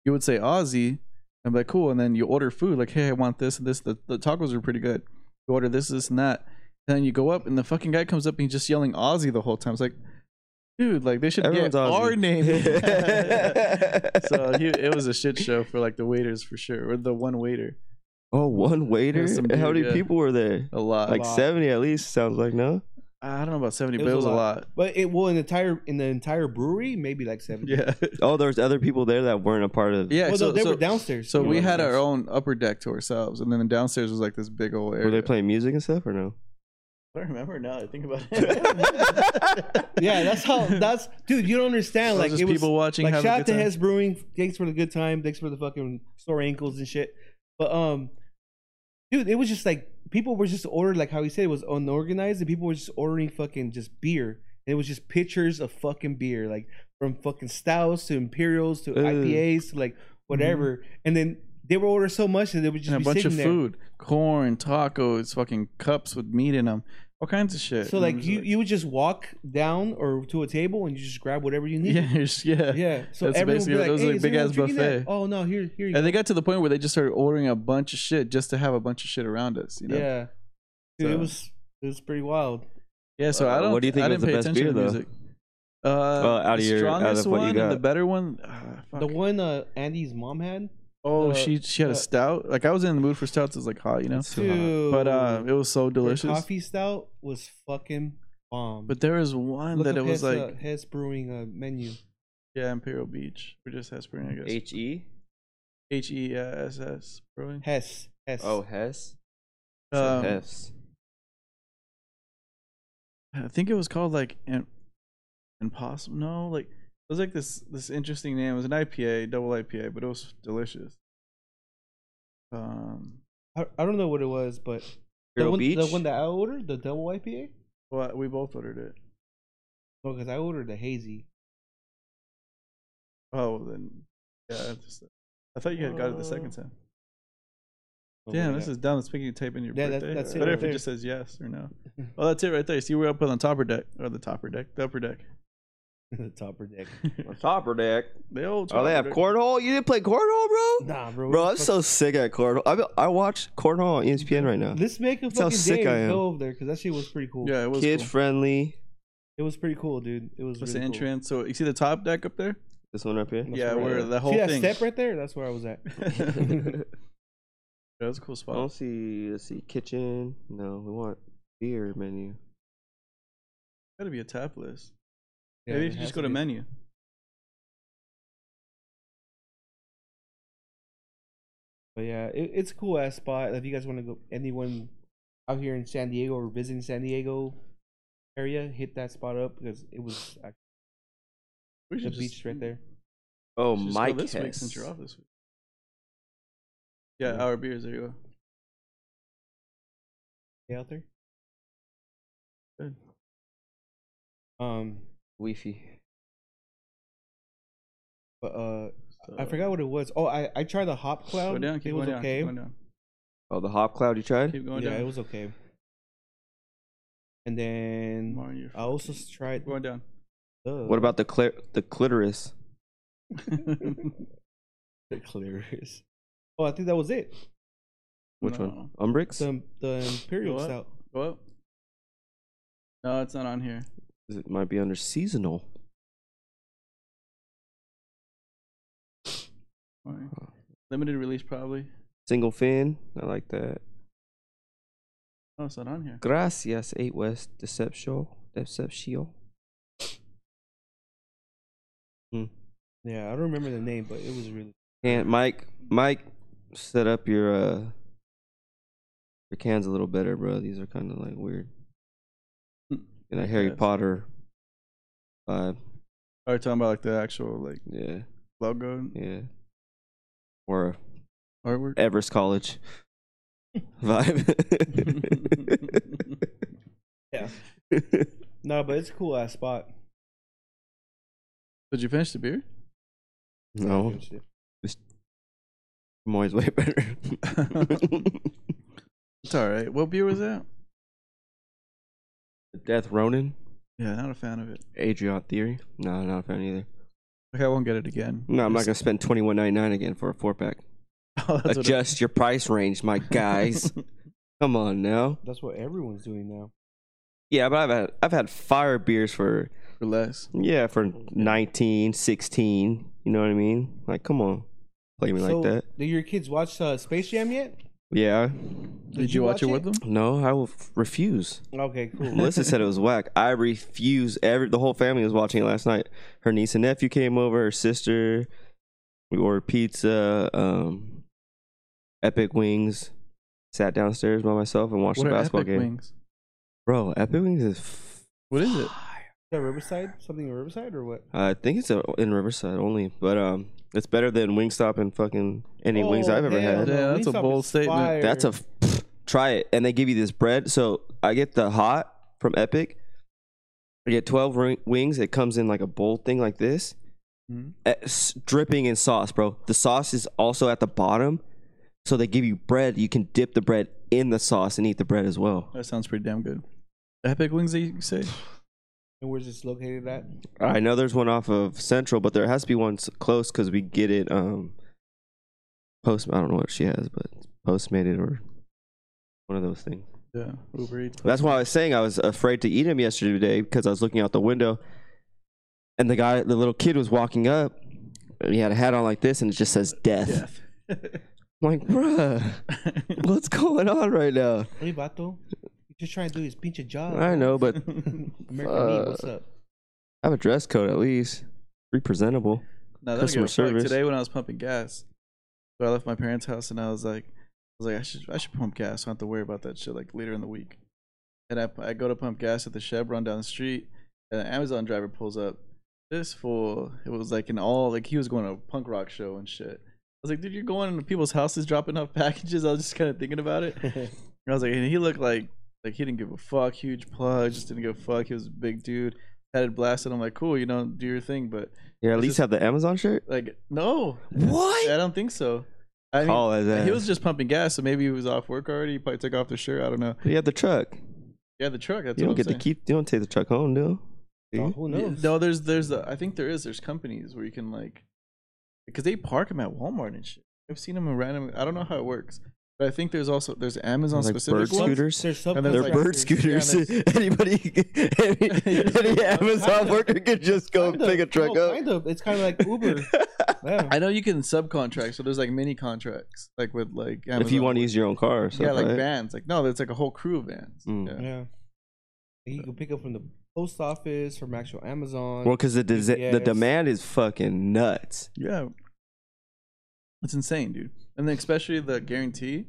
[SPEAKER 1] you would say Aussie and be like cool, and then you order food like hey I want this and this. The, the tacos are pretty good. You order this this and that. And then you go up and the fucking guy comes up and he's just yelling Aussie the whole time. It's like, dude, like they should
[SPEAKER 2] Everyone's
[SPEAKER 1] get our name.
[SPEAKER 2] Aussie.
[SPEAKER 1] uh, so he, it was a shit show for like the waiters for sure, or the one waiter.
[SPEAKER 2] oh, one waiter.
[SPEAKER 1] There's some
[SPEAKER 2] And how
[SPEAKER 1] dude,
[SPEAKER 2] many
[SPEAKER 1] yeah.
[SPEAKER 2] people were there?
[SPEAKER 1] A lot.
[SPEAKER 2] Like
[SPEAKER 3] lot.
[SPEAKER 2] seventy at least. Sounds like no.
[SPEAKER 1] I don't know about seventy, but it was a lot.
[SPEAKER 3] But it well in the entire in the entire brewery maybe like seventy.
[SPEAKER 1] Yeah,
[SPEAKER 2] Oh, there was other people there that weren't a part of.
[SPEAKER 1] yeah.
[SPEAKER 3] Well,
[SPEAKER 1] so
[SPEAKER 3] no, they
[SPEAKER 1] so,
[SPEAKER 3] were downstairs.
[SPEAKER 1] so
[SPEAKER 3] They
[SPEAKER 1] we
[SPEAKER 3] were
[SPEAKER 1] had our
[SPEAKER 3] downstairs.
[SPEAKER 1] own upper deck to ourselves, and then downstairs was like this big old area.
[SPEAKER 2] Were they playing music and stuff or no?
[SPEAKER 1] I don't remember now. that I think about
[SPEAKER 3] Yeah, that's how. That's dude. You don't
[SPEAKER 1] It
[SPEAKER 3] understand.
[SPEAKER 1] was
[SPEAKER 3] Like
[SPEAKER 1] just
[SPEAKER 3] it was-
[SPEAKER 1] people watching.
[SPEAKER 3] Like
[SPEAKER 1] having
[SPEAKER 3] shout
[SPEAKER 1] a good
[SPEAKER 3] out to
[SPEAKER 1] time.
[SPEAKER 3] Hess Brewing. Thanks for the good time. Thanks for the fucking sore ankles and shit. But um, dude, it was just like people were just ordered like how he said it was unorganized, and people were just ordering fucking just beer. And it was just pictures of fucking beer, like from fucking stouts to imperials to
[SPEAKER 2] Ugh.
[SPEAKER 3] IPAs to like whatever. And then they were ordering so much that they would just
[SPEAKER 1] Mm-hmm. and a
[SPEAKER 3] be
[SPEAKER 1] bunch
[SPEAKER 3] sitting
[SPEAKER 1] of
[SPEAKER 3] there.
[SPEAKER 1] food, corn, tacos, fucking cups with meat in them, all kinds of shit.
[SPEAKER 3] So
[SPEAKER 1] And I'm
[SPEAKER 3] like
[SPEAKER 1] just
[SPEAKER 3] you, you would just walk down or to a table and you just grab whatever you need.
[SPEAKER 1] yeah, it's- yeah,
[SPEAKER 3] Yeah. So
[SPEAKER 1] That's
[SPEAKER 3] everyone would
[SPEAKER 1] basically-
[SPEAKER 3] be
[SPEAKER 1] those are
[SPEAKER 3] like, hey,
[SPEAKER 1] like
[SPEAKER 3] is anyone
[SPEAKER 1] big-ass
[SPEAKER 3] drinking that?"
[SPEAKER 1] buffet.
[SPEAKER 3] Oh no, here, here. You
[SPEAKER 1] And they got to the point where they just started ordering a bunch of shit just to have a bunch of shit around us. You know?
[SPEAKER 3] Yeah, dude, it
[SPEAKER 1] So-
[SPEAKER 3] was it was pretty wild.
[SPEAKER 1] Yeah, so I
[SPEAKER 2] Uh,
[SPEAKER 1] don't.
[SPEAKER 2] what do you think
[SPEAKER 1] I
[SPEAKER 2] was
[SPEAKER 1] didn't
[SPEAKER 2] the
[SPEAKER 1] pay
[SPEAKER 2] best
[SPEAKER 1] attention
[SPEAKER 2] beer,
[SPEAKER 1] to
[SPEAKER 2] though?
[SPEAKER 1] music. Uh,
[SPEAKER 2] Well, out of
[SPEAKER 1] the
[SPEAKER 2] your- out of
[SPEAKER 1] strongest
[SPEAKER 2] what you
[SPEAKER 1] one and the
[SPEAKER 2] got.
[SPEAKER 1] better one. ah, fuck.
[SPEAKER 3] The one uh, Andy's mom had,
[SPEAKER 1] oh,
[SPEAKER 3] the-
[SPEAKER 1] she she had
[SPEAKER 3] the-
[SPEAKER 1] a stout. Like I was in the mood for stouts. It's like hot, you know.
[SPEAKER 2] It's too hot.
[SPEAKER 3] dude.
[SPEAKER 1] But uh, it was so
[SPEAKER 3] her
[SPEAKER 1] delicious.
[SPEAKER 3] coffee stout was fucking bomb.
[SPEAKER 1] But there was one
[SPEAKER 3] Look
[SPEAKER 1] that
[SPEAKER 3] up
[SPEAKER 1] it was
[SPEAKER 3] Hess, uh,
[SPEAKER 1] like
[SPEAKER 3] Hess Brewing uh, menu.
[SPEAKER 1] yeah, Imperial Beach. We just has spring, I guess.
[SPEAKER 2] H E.
[SPEAKER 1] H E S S Brewing.
[SPEAKER 3] Hess, uh, Hess.
[SPEAKER 2] Oh,
[SPEAKER 1] Oh.
[SPEAKER 2] Hess.
[SPEAKER 1] Um, I think it was called like Im- Impossible. No, like It was like this this interesting name. It was an IPA, double IPA, but it was delicious. Um,
[SPEAKER 3] I, I don't know what it was, but the
[SPEAKER 2] Vero
[SPEAKER 3] one,
[SPEAKER 2] Beach.
[SPEAKER 3] the one that I ordered, the double IPA.
[SPEAKER 1] well, we both ordered it.
[SPEAKER 3] No, because I ordered the hazy.
[SPEAKER 1] Oh, then yeah. I Just, I thought you had got it the second
[SPEAKER 3] Uh
[SPEAKER 1] time. Damn, this is dumb. It's picking tape in your
[SPEAKER 3] Oh, Yeah, that-
[SPEAKER 1] birthday.
[SPEAKER 3] that's
[SPEAKER 1] that's
[SPEAKER 3] it
[SPEAKER 1] it. Better
[SPEAKER 3] right
[SPEAKER 1] if
[SPEAKER 3] there.
[SPEAKER 1] it just says yes or no. Oh, that's it right there. See, we're up on the topper deck or the topper deck, the upper deck.
[SPEAKER 3] the topper deck.
[SPEAKER 2] Topper deck.
[SPEAKER 1] the old.
[SPEAKER 2] Oh, they
[SPEAKER 1] topper
[SPEAKER 2] have
[SPEAKER 1] deck.
[SPEAKER 2] cornhole. You didn't play cornhole, bro.
[SPEAKER 3] Nah, bro.
[SPEAKER 2] Bro,
[SPEAKER 3] what
[SPEAKER 2] I'm
[SPEAKER 3] the
[SPEAKER 2] so sick at cornhole. I, I watch cornhole on E ESPN right now.
[SPEAKER 3] fuck- Let's make a
[SPEAKER 2] That's how
[SPEAKER 3] fucking
[SPEAKER 2] sick
[SPEAKER 3] day
[SPEAKER 2] I am.
[SPEAKER 3] and go over there because that shit was pretty cool.
[SPEAKER 1] Yeah, it was.
[SPEAKER 2] Kid
[SPEAKER 1] cool.
[SPEAKER 2] friendly.
[SPEAKER 3] It was pretty cool, dude. It was
[SPEAKER 1] What's
[SPEAKER 3] really
[SPEAKER 1] the entrance? So you see the top deck up there?
[SPEAKER 2] This one up here.
[SPEAKER 3] That's
[SPEAKER 1] yeah,
[SPEAKER 3] where I
[SPEAKER 1] where
[SPEAKER 3] am.
[SPEAKER 1] the
[SPEAKER 3] Cool.
[SPEAKER 1] whole
[SPEAKER 3] See that
[SPEAKER 1] thing.
[SPEAKER 3] step right there? That's where I was at.
[SPEAKER 1] that was a cool
[SPEAKER 2] I
[SPEAKER 1] spot.
[SPEAKER 2] don't see. Let's see. Kitchen. No, we want beer menu.
[SPEAKER 1] Gotta be a tap list.
[SPEAKER 3] Yeah,
[SPEAKER 1] Maybe
[SPEAKER 3] it
[SPEAKER 1] if you
[SPEAKER 3] has
[SPEAKER 1] just go to
[SPEAKER 3] be.
[SPEAKER 1] menu.
[SPEAKER 3] But yeah, it, it's a cool ass spot. If you guys want to go, anyone out here in San Diego or visiting San Diego area, hit that spot up because it was actually
[SPEAKER 1] We
[SPEAKER 3] the
[SPEAKER 1] should
[SPEAKER 3] beach
[SPEAKER 1] just-
[SPEAKER 3] right there.
[SPEAKER 2] Oh,
[SPEAKER 1] should just
[SPEAKER 2] Mike
[SPEAKER 1] go this week
[SPEAKER 2] Hess.
[SPEAKER 1] since you're off this week. Yeah,
[SPEAKER 3] Yeah.
[SPEAKER 1] our beers. There you go.
[SPEAKER 3] Yeah, out there.
[SPEAKER 1] Good.
[SPEAKER 3] Um,
[SPEAKER 2] Weefy.
[SPEAKER 3] but uh, I
[SPEAKER 1] So-
[SPEAKER 3] forgot what it was. Oh, I I tried the hop cloud.
[SPEAKER 1] Go down. Keep
[SPEAKER 3] it
[SPEAKER 1] going
[SPEAKER 3] was
[SPEAKER 1] down.
[SPEAKER 3] okay.
[SPEAKER 1] Keep going down.
[SPEAKER 2] Oh, the hop cloud you tried?
[SPEAKER 1] Keep going
[SPEAKER 3] yeah,
[SPEAKER 1] down.
[SPEAKER 3] it was okay. And then
[SPEAKER 1] Tomorrow you're
[SPEAKER 3] I also
[SPEAKER 1] fucking-
[SPEAKER 3] tried.
[SPEAKER 1] Keep going down.
[SPEAKER 3] the-
[SPEAKER 2] What about the clir- the clitoris?
[SPEAKER 3] the clearers? Oh, I think that was it.
[SPEAKER 2] Which
[SPEAKER 1] No.
[SPEAKER 2] one? Umbrix?
[SPEAKER 3] The the imperial
[SPEAKER 1] What?
[SPEAKER 3] stout.
[SPEAKER 1] Go up. No, it's not on here.
[SPEAKER 2] it might be under seasonal.
[SPEAKER 1] Alright. Limited release, probably.
[SPEAKER 2] Single fin. I like that.
[SPEAKER 1] No, Oh, it's not on here.
[SPEAKER 2] Gracias, 8 West. Deception. Deception. Hmm.
[SPEAKER 3] Yeah, I don't remember the name, but it was really.
[SPEAKER 2] And Mike, Mike, set up your uh your cans a little better, bro. These are kind of like weird.
[SPEAKER 1] Hmm.
[SPEAKER 2] In a Harry
[SPEAKER 1] guess.
[SPEAKER 2] Potter vibe.
[SPEAKER 1] Are we talking about like the actual like
[SPEAKER 2] Yeah,
[SPEAKER 1] logo and
[SPEAKER 2] yeah. Or
[SPEAKER 1] artwork?
[SPEAKER 2] Everest College vibe.
[SPEAKER 3] Yeah. No, but it's a cool ass spot.
[SPEAKER 1] Did you finish the beer?
[SPEAKER 2] no, Moy's way better.
[SPEAKER 1] It's all right. What beer was that?
[SPEAKER 2] Death Ronin,
[SPEAKER 1] Yeah, not a fan of it.
[SPEAKER 2] Adrian Theory. No, not a fan either.
[SPEAKER 1] Okay, I won't get it again.
[SPEAKER 2] No, I'm not
[SPEAKER 1] Just-
[SPEAKER 2] gonna spend twenty one ninety nine again for a four pack.
[SPEAKER 1] Oh, that's what it-
[SPEAKER 2] Adjust your price range, my guys. Come on now.
[SPEAKER 3] That's what everyone's doing now.
[SPEAKER 2] Yeah, but I've had I've had fire beers for
[SPEAKER 1] For less.
[SPEAKER 2] yeah for 19, 16. You know what I mean? Like, come on, play me like that.
[SPEAKER 3] Did your kids watch uh, Space Jam yet?
[SPEAKER 2] Yeah.
[SPEAKER 1] Did, you watch, it with them?
[SPEAKER 2] No, I will f- refuse.
[SPEAKER 3] Okay, cool.
[SPEAKER 2] Melissa said it was whack. I refuse. Every the whole family was watching it last night. Her niece and nephew came over. Her sister. We ordered pizza. Um, Epic Wings. Sat downstairs by myself and watched
[SPEAKER 1] What
[SPEAKER 2] the
[SPEAKER 1] are
[SPEAKER 2] basketball
[SPEAKER 1] Epic
[SPEAKER 2] game.
[SPEAKER 1] Wings?
[SPEAKER 2] Bro, Epic Wings is. F-
[SPEAKER 1] What is it?
[SPEAKER 3] the Riverside, something in Riverside or what?
[SPEAKER 2] I think it's uh in Riverside only, but um, it's better than Wingstop and fucking any
[SPEAKER 1] Oh,
[SPEAKER 2] wings
[SPEAKER 3] Oh,
[SPEAKER 2] I've ever had.
[SPEAKER 1] no. Yeah, that's a bold statement.
[SPEAKER 2] That's a f- try it, and they give you this bread. So I get the hot from Epic. I get twelve ring- wings. It comes in like a bowl thing like this,
[SPEAKER 1] Mhm.
[SPEAKER 2] Eh, s- dripping in sauce, bro. The sauce is also at the bottom, so they give you bread. You can dip the bread in the sauce and eat the bread as well.
[SPEAKER 1] That sounds pretty damn good. Epic Wings, that you say?
[SPEAKER 3] And where's this located at?
[SPEAKER 2] I know there's one off of Central, but there has to be one s- close because we get it. Um, post. I don't know what she has, but Postmated or one of those things.
[SPEAKER 1] Yeah, Uber Eats.
[SPEAKER 2] That's why I was saying I was afraid to eat him yesterday because I was looking out the window, and the guy, the little kid, was walking up. And he had a hat on like this, and it just says death.
[SPEAKER 1] Death.
[SPEAKER 2] I'm like, bruh, what's going on right now?
[SPEAKER 3] Hey, vato. You just trying to do his pinch of job.
[SPEAKER 2] I know, but uh,
[SPEAKER 3] American meat, what's up?
[SPEAKER 2] I have a dress code at least, representable.
[SPEAKER 1] No, that's
[SPEAKER 2] Customer
[SPEAKER 1] good. Service.
[SPEAKER 2] service.
[SPEAKER 1] Today when I was pumping gas, so I left my parents' house and I was like, I was like, I should, I should pump gas. I don't have to worry about that shit like later in the week. And I, I go to pump gas at the Chevron down the street, and an Amazon driver pulls up, this fool, it was like an all like he was going to a punk rock show and shit. I was like, dude, you're going into people's houses dropping off packages. I was just kind of thinking about it. And I was like, and he looked like like he didn't give a fuck, huge plug, just didn't give a fuck. He was a big dude, had it blasted. I'm like, cool, you know, do your thing, but
[SPEAKER 2] Yeah, at
[SPEAKER 1] It's
[SPEAKER 2] least
[SPEAKER 1] just-
[SPEAKER 2] have the Amazon shirt.
[SPEAKER 1] like, no,
[SPEAKER 2] What?
[SPEAKER 1] I don't think so. I mean,
[SPEAKER 2] Call his ass.
[SPEAKER 1] he was just pumping gas, so maybe he was off work already. He probably took off the shirt. I don't know.
[SPEAKER 2] You have the truck.
[SPEAKER 1] Yeah, the truck. That's
[SPEAKER 2] you
[SPEAKER 1] what
[SPEAKER 2] don't
[SPEAKER 1] I'm
[SPEAKER 2] get
[SPEAKER 1] saying.
[SPEAKER 2] to keep. You don't take the truck home, do? you?
[SPEAKER 3] Oh, who
[SPEAKER 1] Yeah,
[SPEAKER 3] knows?
[SPEAKER 1] No, there's there's the I think there is there's companies where you can like because they park them at Walmart and shit. I've seen them in random. I don't know how it works, but I think there's also there's Amazon
[SPEAKER 2] Like
[SPEAKER 1] specific
[SPEAKER 2] bird
[SPEAKER 1] ones.
[SPEAKER 2] scooter? scooters?
[SPEAKER 3] There's some
[SPEAKER 1] And
[SPEAKER 2] They're
[SPEAKER 1] there's, like,
[SPEAKER 2] bird
[SPEAKER 1] scooters.
[SPEAKER 2] scooters. Anybody, any, any Amazon worker could just go pick a truck up.
[SPEAKER 3] Kind of. It's kind of like Uber. yeah.
[SPEAKER 1] I know you can subcontract, so there's like mini contracts, like with like Amazon.
[SPEAKER 2] If you want to use your own car, or
[SPEAKER 1] yeah,
[SPEAKER 2] something,
[SPEAKER 1] like
[SPEAKER 2] right?
[SPEAKER 1] vans, like no, that's like a whole crew of vans.
[SPEAKER 2] Mm.
[SPEAKER 1] Yeah.
[SPEAKER 3] yeah. You can pick up from the post office, from actual Amazon.
[SPEAKER 2] Well, because the desi- the
[SPEAKER 3] Yes.
[SPEAKER 2] demand is fucking nuts.
[SPEAKER 1] Yeah. It's insane, dude. And then especially the guarantee.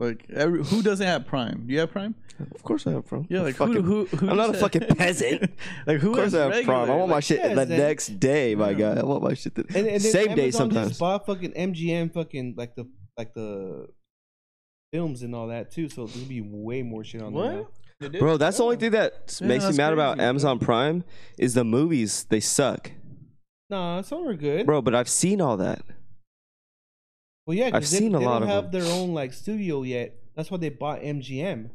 [SPEAKER 1] Like every, who doesn't have Prime? Do you have Prime?
[SPEAKER 2] Of course I have, bro.
[SPEAKER 1] Yeah,
[SPEAKER 2] I'm
[SPEAKER 1] like
[SPEAKER 2] fucking,
[SPEAKER 1] who, who, who
[SPEAKER 2] I'm not a
[SPEAKER 1] does-
[SPEAKER 2] fucking peasant.
[SPEAKER 1] like who
[SPEAKER 2] Of course
[SPEAKER 1] has
[SPEAKER 2] I have prom. I
[SPEAKER 1] regular?
[SPEAKER 2] want my
[SPEAKER 1] Like,
[SPEAKER 2] shit
[SPEAKER 3] yes,
[SPEAKER 2] the
[SPEAKER 3] and-
[SPEAKER 2] next day, my
[SPEAKER 1] Yeah.
[SPEAKER 2] guy. I want my shit the
[SPEAKER 3] and, and then
[SPEAKER 2] same day
[SPEAKER 3] Amazon
[SPEAKER 2] sometimes.
[SPEAKER 3] Just bought fucking MGM, fucking like the like the films and all that too. So there'll be way more shit on there. now.
[SPEAKER 1] What? They did? Oh.
[SPEAKER 2] Bro, that's the only
[SPEAKER 1] Yeah.
[SPEAKER 2] thing that
[SPEAKER 1] Yeah,
[SPEAKER 2] makes me
[SPEAKER 1] that's
[SPEAKER 2] mad about
[SPEAKER 1] crazy, bro.
[SPEAKER 2] Amazon Prime is the movies. They suck.
[SPEAKER 3] Nah, some are good.
[SPEAKER 2] Bro, but I've seen all that.
[SPEAKER 3] well, yeah, 'cause
[SPEAKER 2] I've
[SPEAKER 3] they,
[SPEAKER 2] seen a
[SPEAKER 3] they
[SPEAKER 2] lot
[SPEAKER 3] don't
[SPEAKER 2] of
[SPEAKER 3] have
[SPEAKER 2] them.
[SPEAKER 3] their own like studio yet. That's why they bought MGM.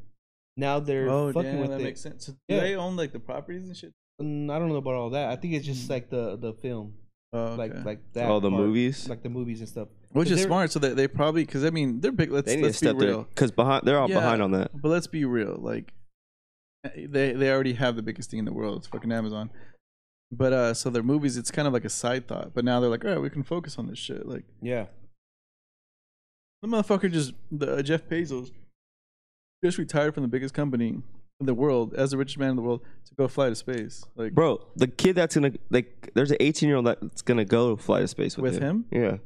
[SPEAKER 3] Now they're
[SPEAKER 1] Oh,
[SPEAKER 3] fucking
[SPEAKER 1] damn,
[SPEAKER 3] with
[SPEAKER 1] that
[SPEAKER 3] it.
[SPEAKER 1] makes sense. So do
[SPEAKER 3] Yeah.
[SPEAKER 1] They own like the properties and shit.
[SPEAKER 3] Mm, I don't know about all that. I think it's just like the the film,
[SPEAKER 1] Oh, okay.
[SPEAKER 3] like like that.
[SPEAKER 2] all the
[SPEAKER 3] part,
[SPEAKER 2] movies.
[SPEAKER 3] like the movies and stuff.
[SPEAKER 1] which
[SPEAKER 3] but
[SPEAKER 1] is
[SPEAKER 3] they're-
[SPEAKER 1] smart. So that they probably because I mean they're big. Let's
[SPEAKER 2] they need to
[SPEAKER 1] let's be
[SPEAKER 2] step there
[SPEAKER 1] real.
[SPEAKER 2] because behind they're all
[SPEAKER 1] Yeah.
[SPEAKER 2] behind on that.
[SPEAKER 1] But let's be real. Like eh, they they already have the biggest thing in the world. It's fucking Amazon. But uh, so their movies, it's kind of like a side thought. But now they're like, all right, we can focus on this shit. Like
[SPEAKER 3] Yeah,
[SPEAKER 1] the motherfucker just the uh, Jeff Bezos just retired from the biggest company in the world as the richest man in the world to go fly to space. Like
[SPEAKER 2] Bro, the kid that's gonna like, there's an 18 year old that's gonna go fly to space with,
[SPEAKER 1] with him,
[SPEAKER 2] Yeah,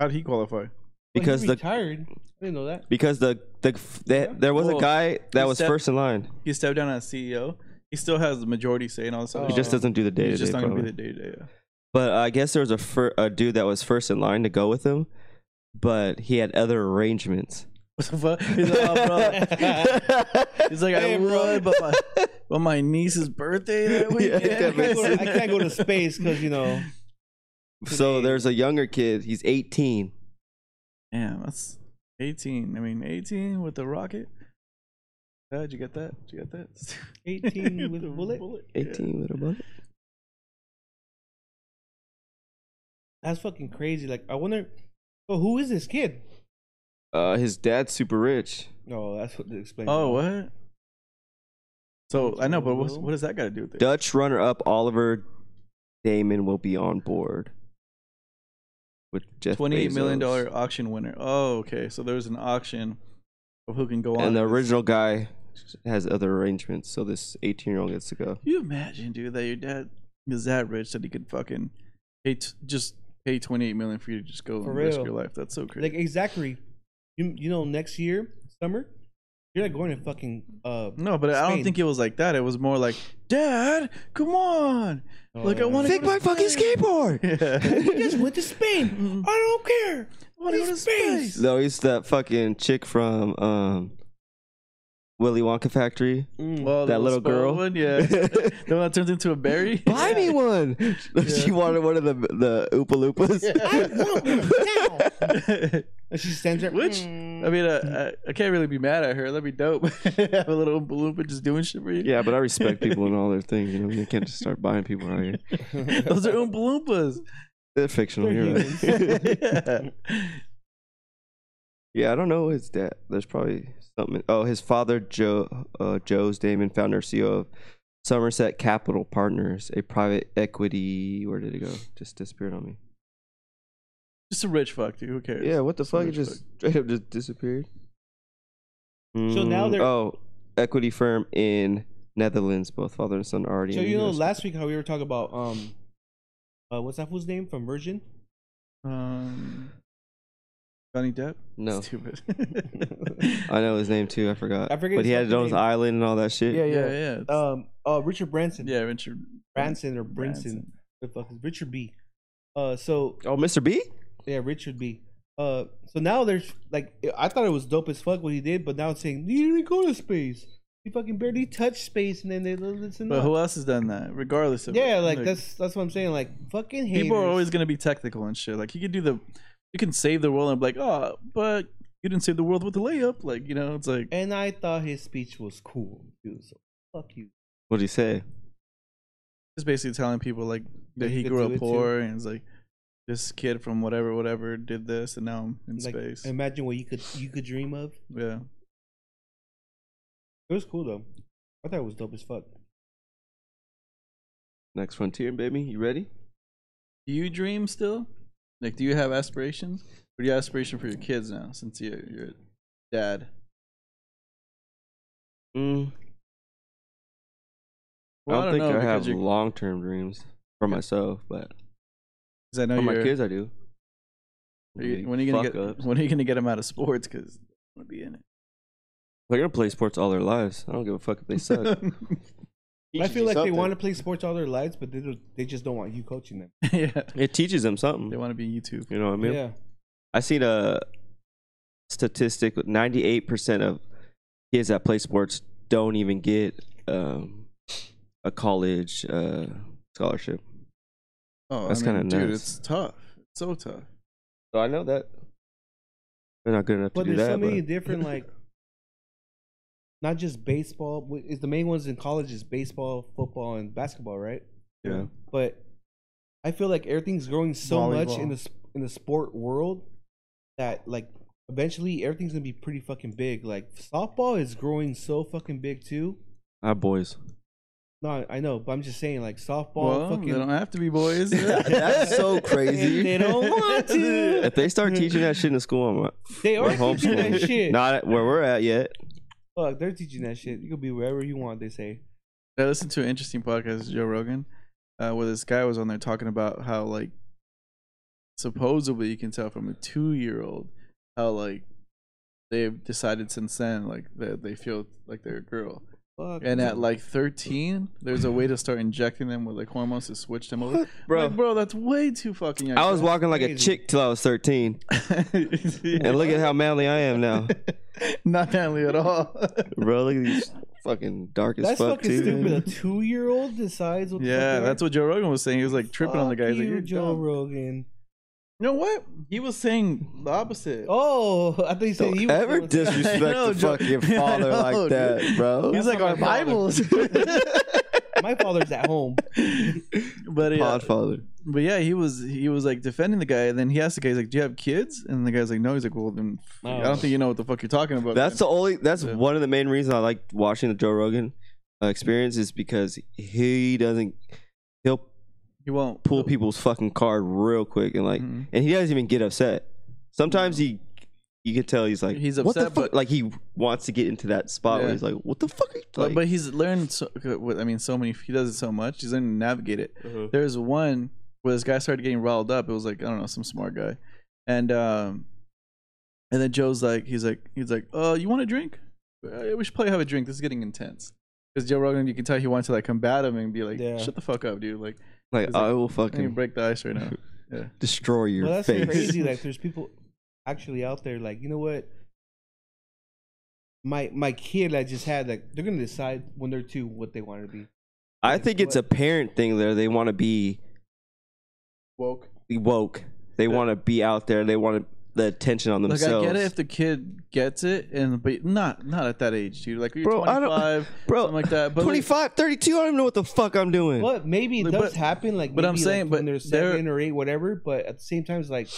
[SPEAKER 1] how would he qualify?
[SPEAKER 2] because
[SPEAKER 3] well, he
[SPEAKER 2] the
[SPEAKER 3] retired. I didn't know that.
[SPEAKER 2] because the the, the there was
[SPEAKER 1] Well,
[SPEAKER 2] a guy that
[SPEAKER 1] he
[SPEAKER 2] was
[SPEAKER 1] stepped-
[SPEAKER 2] first in line.
[SPEAKER 1] He stepped down as CEO. He still has the majority say and all this.
[SPEAKER 3] He
[SPEAKER 1] other
[SPEAKER 2] He
[SPEAKER 1] shit.
[SPEAKER 2] just
[SPEAKER 3] Oh.
[SPEAKER 2] doesn't do the day to
[SPEAKER 1] He's just not gonna be
[SPEAKER 2] day.
[SPEAKER 1] the day to day.
[SPEAKER 2] But I guess there was a, fir- a dude that was first in line to go with him, but he had other arrangements.
[SPEAKER 1] What the fuck? He's like, oh, bro. He's like, I
[SPEAKER 3] Hey, bro.
[SPEAKER 1] would, but my, but my niece's birthday that
[SPEAKER 2] Yeah,
[SPEAKER 1] weekend.
[SPEAKER 2] that
[SPEAKER 3] I
[SPEAKER 2] makes
[SPEAKER 3] can't go to, I can't go to space because you know.
[SPEAKER 2] so
[SPEAKER 3] today.
[SPEAKER 2] there's a younger kid. He's 18.
[SPEAKER 1] Damn, that's 18. I mean, 18 with the rocket. Uh, did you get that? Did you get that?
[SPEAKER 3] 18 with a bullet?
[SPEAKER 2] 18 with a bullet.
[SPEAKER 3] That's fucking crazy. Like, I wonder, well, who is this kid?
[SPEAKER 2] Uh, his dad's super rich.
[SPEAKER 3] No, that's what they explain.
[SPEAKER 1] Oh, what? So I know, but what's,
[SPEAKER 3] Will.
[SPEAKER 1] what does that got to do with it?
[SPEAKER 2] Dutch runner-up Oliver Damon will be on board with Jeff
[SPEAKER 1] Twenty-eight million
[SPEAKER 2] Bezos.
[SPEAKER 1] dollar auction winner. Oh, okay. So there was an auction of who can go on.
[SPEAKER 2] And the
[SPEAKER 1] this.
[SPEAKER 2] original guy has other arrangements, so this 18-year-old gets to go.
[SPEAKER 1] Can you imagine, dude, that your dad is that rich that he could fucking pay t- just pay twenty-eight million for you to just go
[SPEAKER 3] For
[SPEAKER 1] and risk
[SPEAKER 3] real.
[SPEAKER 1] your life? That's so crazy.
[SPEAKER 3] Like, exactly. You, you know, next year, summer, you're not going to fucking. Uh,
[SPEAKER 1] No, but I don't
[SPEAKER 3] Spain.
[SPEAKER 1] think it was like that. It was more like, Dad, come on. Like, I wanna- Fix my fucking
[SPEAKER 2] skateboard.
[SPEAKER 1] Yeah.
[SPEAKER 3] He just went to Spain.
[SPEAKER 1] Mm.
[SPEAKER 3] I don't care.
[SPEAKER 1] wanna go to space.
[SPEAKER 2] No, he's that fucking chick from um, Willy Wonka Factory.
[SPEAKER 1] Mm, Well,
[SPEAKER 2] That
[SPEAKER 1] the
[SPEAKER 2] little
[SPEAKER 1] spoiled
[SPEAKER 2] girl?
[SPEAKER 1] One, yeah. the one that turns into a berry.
[SPEAKER 2] Buy me one. She wanted one of the the Oopa Loopas.
[SPEAKER 3] I want one now.
[SPEAKER 1] Which
[SPEAKER 3] And she stands there. Mm.
[SPEAKER 1] I mean, uh, I, I can't really be mad at her. That'd be dope. Have a little Oompa Loompa just doing shit for you.
[SPEAKER 2] Yeah, but I respect people and all their things. You know, you can't just start buying people out here.
[SPEAKER 1] those are Oompa Loompas.
[SPEAKER 2] They're fictional.
[SPEAKER 3] They're
[SPEAKER 2] You're right.
[SPEAKER 1] yeah.
[SPEAKER 2] Yeah, I don't know his dad. There's probably something. Oh, his father, Joe uh, Joe's Damon, founder and CEO of Somerset Capital Partners, a private equity. Where did it go? Just disappeared on me.
[SPEAKER 1] Just a rich fuck, dude. Who cares?
[SPEAKER 2] Yeah, what the
[SPEAKER 1] So
[SPEAKER 2] fuck? It
[SPEAKER 1] much
[SPEAKER 2] just straight up just disappeared.
[SPEAKER 3] So now
[SPEAKER 2] Mm,
[SPEAKER 3] they're-
[SPEAKER 2] oh equity firm in Netherlands. Both father and son already.
[SPEAKER 3] So,
[SPEAKER 2] in
[SPEAKER 3] you know,
[SPEAKER 2] investment.
[SPEAKER 3] last week how we were talking about, um, uh, what's that fool's name from Virgin?
[SPEAKER 1] Um, Johnny Depp?
[SPEAKER 2] No,
[SPEAKER 1] Stupid.
[SPEAKER 2] I know his name too. I forgot.
[SPEAKER 3] I forget
[SPEAKER 2] But he
[SPEAKER 3] his
[SPEAKER 2] had his
[SPEAKER 3] fucking
[SPEAKER 2] own
[SPEAKER 3] name.
[SPEAKER 2] island and all that shit.
[SPEAKER 3] Yeah,
[SPEAKER 1] yeah, yeah.
[SPEAKER 3] yeah.
[SPEAKER 1] it's-
[SPEAKER 3] Um. Uh. Richard Branson.
[SPEAKER 1] yeah, Richard
[SPEAKER 3] Branson or Brinson.
[SPEAKER 1] Branson.
[SPEAKER 3] The fuck is Richard B. Uh. So
[SPEAKER 2] Oh, Mr. B.
[SPEAKER 3] yeah, Richard B. Uh. So now there's like I thought it was dope as fuck what he did, but now it's saying he didn't even go to space. He fucking barely touched space, and then they listen.
[SPEAKER 1] But
[SPEAKER 3] up.
[SPEAKER 1] who else has done that? Regardless of
[SPEAKER 3] Yeah, like that's that's what I'm saying. Like fucking haters.
[SPEAKER 1] people are always gonna be technical and shit. Like you can do the, you can save the world and be like, oh, but you didn't save the world with the layup. Like you know, it's like
[SPEAKER 3] And I thought his speech was cool too. So fuck you.
[SPEAKER 2] What did he say?
[SPEAKER 1] just basically telling people like that
[SPEAKER 3] That you
[SPEAKER 1] he
[SPEAKER 3] could
[SPEAKER 1] grew
[SPEAKER 3] do
[SPEAKER 1] up
[SPEAKER 3] it too.
[SPEAKER 1] poor and it's like this kid from whatever whatever did this and now I'm in
[SPEAKER 3] Like
[SPEAKER 1] space.
[SPEAKER 3] imagine what you could you could dream of.
[SPEAKER 1] yeah,
[SPEAKER 3] It was cool though. I thought it was dope as fuck.
[SPEAKER 2] Next frontier, baby. You ready?
[SPEAKER 1] do you dream still? Like, do you have aspirations? What do you have aspiration for your kids now since you're, you're a dad?
[SPEAKER 2] Mm, I don't, think I have long term dreams for myself, but
[SPEAKER 1] because I know
[SPEAKER 2] for
[SPEAKER 1] you're,
[SPEAKER 2] my kids, I do.
[SPEAKER 1] are you-
[SPEAKER 2] Big
[SPEAKER 1] when are you gonna
[SPEAKER 2] fuck
[SPEAKER 1] get
[SPEAKER 2] ups.
[SPEAKER 1] when are you gonna get them out of sports? Because I'm gonna be in it.
[SPEAKER 2] They're gonna play sports all their lives. I don't give a fuck if they suck.
[SPEAKER 3] I feel like they want to play sports all their lives, but they don't, they just don't want you coaching them.
[SPEAKER 1] yeah,
[SPEAKER 2] It teaches them
[SPEAKER 1] they
[SPEAKER 2] something.
[SPEAKER 1] want to be YouTube.
[SPEAKER 2] You know what I mean?
[SPEAKER 3] Yeah,
[SPEAKER 2] I seen a statistic: ninety-eight percent of kids that play sports don't even get um, a college uh, scholarship.
[SPEAKER 1] Oh,
[SPEAKER 2] That's
[SPEAKER 1] I mean,
[SPEAKER 2] kinda
[SPEAKER 1] dude,
[SPEAKER 2] nuts.
[SPEAKER 1] it's tough. It's so tough.
[SPEAKER 2] So I know that they're not good enough
[SPEAKER 3] but
[SPEAKER 2] to do
[SPEAKER 3] there's
[SPEAKER 2] that.
[SPEAKER 3] so many
[SPEAKER 2] but
[SPEAKER 3] different like. Not just baseball. wh- Is the main ones in college is baseball, football, and basketball, right?
[SPEAKER 2] yeah,
[SPEAKER 3] but I feel like everything's growing so much in
[SPEAKER 1] Volleyball.
[SPEAKER 3] the s- in the sport world that like eventually everything's gonna be pretty fucking big. Like softball is growing so fucking big too.
[SPEAKER 2] our boys.
[SPEAKER 3] No, I- I know, but I'm just saying like softball.
[SPEAKER 1] Well, they don't
[SPEAKER 3] fucking,
[SPEAKER 1] have to be boys.
[SPEAKER 2] That's so
[SPEAKER 3] they,
[SPEAKER 2] crazy.
[SPEAKER 3] don't want to.
[SPEAKER 2] If they start teaching that shit in school, I'm like,
[SPEAKER 3] They are
[SPEAKER 2] we're
[SPEAKER 3] teaching that
[SPEAKER 2] homeschooling.
[SPEAKER 3] shit.
[SPEAKER 2] Not where we're at yet.
[SPEAKER 3] Fuck, they're teaching that shit. You can be wherever you want. They say.
[SPEAKER 1] I listened to an interesting podcast with Joe Rogan, uh, where this guy was on there talking about how like supposedly you can tell from a two year old how like they've decided since then like that they feel like they're a girl.
[SPEAKER 3] Fuck.
[SPEAKER 1] And at like thirteen, there's a way to start injecting them with like hormones to switch them over.
[SPEAKER 2] Bro.
[SPEAKER 1] Like, bro, that's way too fucking young.
[SPEAKER 2] I was walking like a
[SPEAKER 3] crazy.
[SPEAKER 2] chick till I was 13, and look at how manly I am now,
[SPEAKER 1] Not manly at all.
[SPEAKER 2] bro. Look at these fucking dark as
[SPEAKER 3] that's
[SPEAKER 2] fuck
[SPEAKER 3] fucking
[SPEAKER 2] too.
[SPEAKER 3] stupid. A two year old decides what. the fuck
[SPEAKER 1] yeah,
[SPEAKER 3] they are.
[SPEAKER 1] that's what Joe Rogan was saying. He was like tripping on the
[SPEAKER 3] Fuck
[SPEAKER 1] guy. He's like,
[SPEAKER 3] you,
[SPEAKER 1] You're
[SPEAKER 3] Joe
[SPEAKER 1] dumb."
[SPEAKER 3] Rogan.
[SPEAKER 1] You know what? He was saying the opposite.
[SPEAKER 3] Oh, I thought you said
[SPEAKER 2] Don't
[SPEAKER 3] he was
[SPEAKER 2] ever
[SPEAKER 3] the-
[SPEAKER 2] disrespect
[SPEAKER 1] know,
[SPEAKER 2] the
[SPEAKER 1] Joe-
[SPEAKER 2] fucking
[SPEAKER 1] I
[SPEAKER 2] father
[SPEAKER 1] know,
[SPEAKER 2] like
[SPEAKER 1] dude.
[SPEAKER 2] that, bro.
[SPEAKER 1] He's like
[SPEAKER 3] That's not
[SPEAKER 1] our
[SPEAKER 3] my father."
[SPEAKER 1] Bibles.
[SPEAKER 3] My father's at home.
[SPEAKER 1] but yeah,
[SPEAKER 2] Podfather.
[SPEAKER 1] but yeah, he was he was like defending the guy, and then he asked the guy, he's like, "Do you have kids?" And the guy's like, "No." He's like, "Well, then I
[SPEAKER 3] Oh.
[SPEAKER 1] don't think you know what the fuck you're talking about."
[SPEAKER 2] That's the only. That's
[SPEAKER 1] Yeah.
[SPEAKER 2] one of the main reasons I like watching the Joe Rogan uh, experience is because he doesn't. He'll
[SPEAKER 1] he won't
[SPEAKER 2] pull people's fucking card real quick and like,
[SPEAKER 1] Mhm.
[SPEAKER 2] and he doesn't even get upset. Sometimes he, you can tell he's like,
[SPEAKER 1] He's
[SPEAKER 2] "What the
[SPEAKER 1] upset,
[SPEAKER 2] fuck?"
[SPEAKER 1] but-
[SPEAKER 2] like he wants to get into that spot
[SPEAKER 1] Yeah.
[SPEAKER 2] where he's like, "What the fuck?" Are you,
[SPEAKER 1] But,
[SPEAKER 2] like,
[SPEAKER 1] but he's learned. So, with- I mean, so many. He does it so much. He's learned to navigate it. There's one where this guy started getting riled up. It was like I don't know, some smart guy, and um, and then Joe's like, he's like, he's like, uh, you want a drink? Uh, We should probably have a drink. This is getting intense. Because Joe Rogan, you can tell he wants to like combat him and be like,
[SPEAKER 3] Yeah.
[SPEAKER 1] shut the fuck up, dude. Like,
[SPEAKER 2] like,
[SPEAKER 1] he's like,
[SPEAKER 2] I will
[SPEAKER 1] I need to
[SPEAKER 2] fucking
[SPEAKER 1] break the ice right now.
[SPEAKER 2] destroy your
[SPEAKER 3] Well, that's
[SPEAKER 2] face.
[SPEAKER 3] crazy. Like, there's people actually out there. Like, you know what? My my kid I just had. Like, they're gonna decide when they're two what they want to be.
[SPEAKER 2] I think it's a parent thing there. They want to be
[SPEAKER 1] Woke.
[SPEAKER 2] woke. They want to be out there. They want the attention on
[SPEAKER 1] Like
[SPEAKER 2] themselves.
[SPEAKER 1] I get it if the kid gets it, and but not not at that age, dude. Like you're
[SPEAKER 2] Bro, I don't-
[SPEAKER 1] 25,
[SPEAKER 2] Bro,
[SPEAKER 1] something like that. But like-
[SPEAKER 2] 25, 32, I don't even know what the fuck I'm doing.
[SPEAKER 3] But maybe it
[SPEAKER 1] But-
[SPEAKER 3] does
[SPEAKER 1] but-
[SPEAKER 3] happen. Like,
[SPEAKER 1] but I'm
[SPEAKER 3] maybe,
[SPEAKER 1] saying,
[SPEAKER 3] like,
[SPEAKER 1] but
[SPEAKER 3] when they're
[SPEAKER 1] they're-
[SPEAKER 3] seven or eight, whatever. But at the same time, it's like,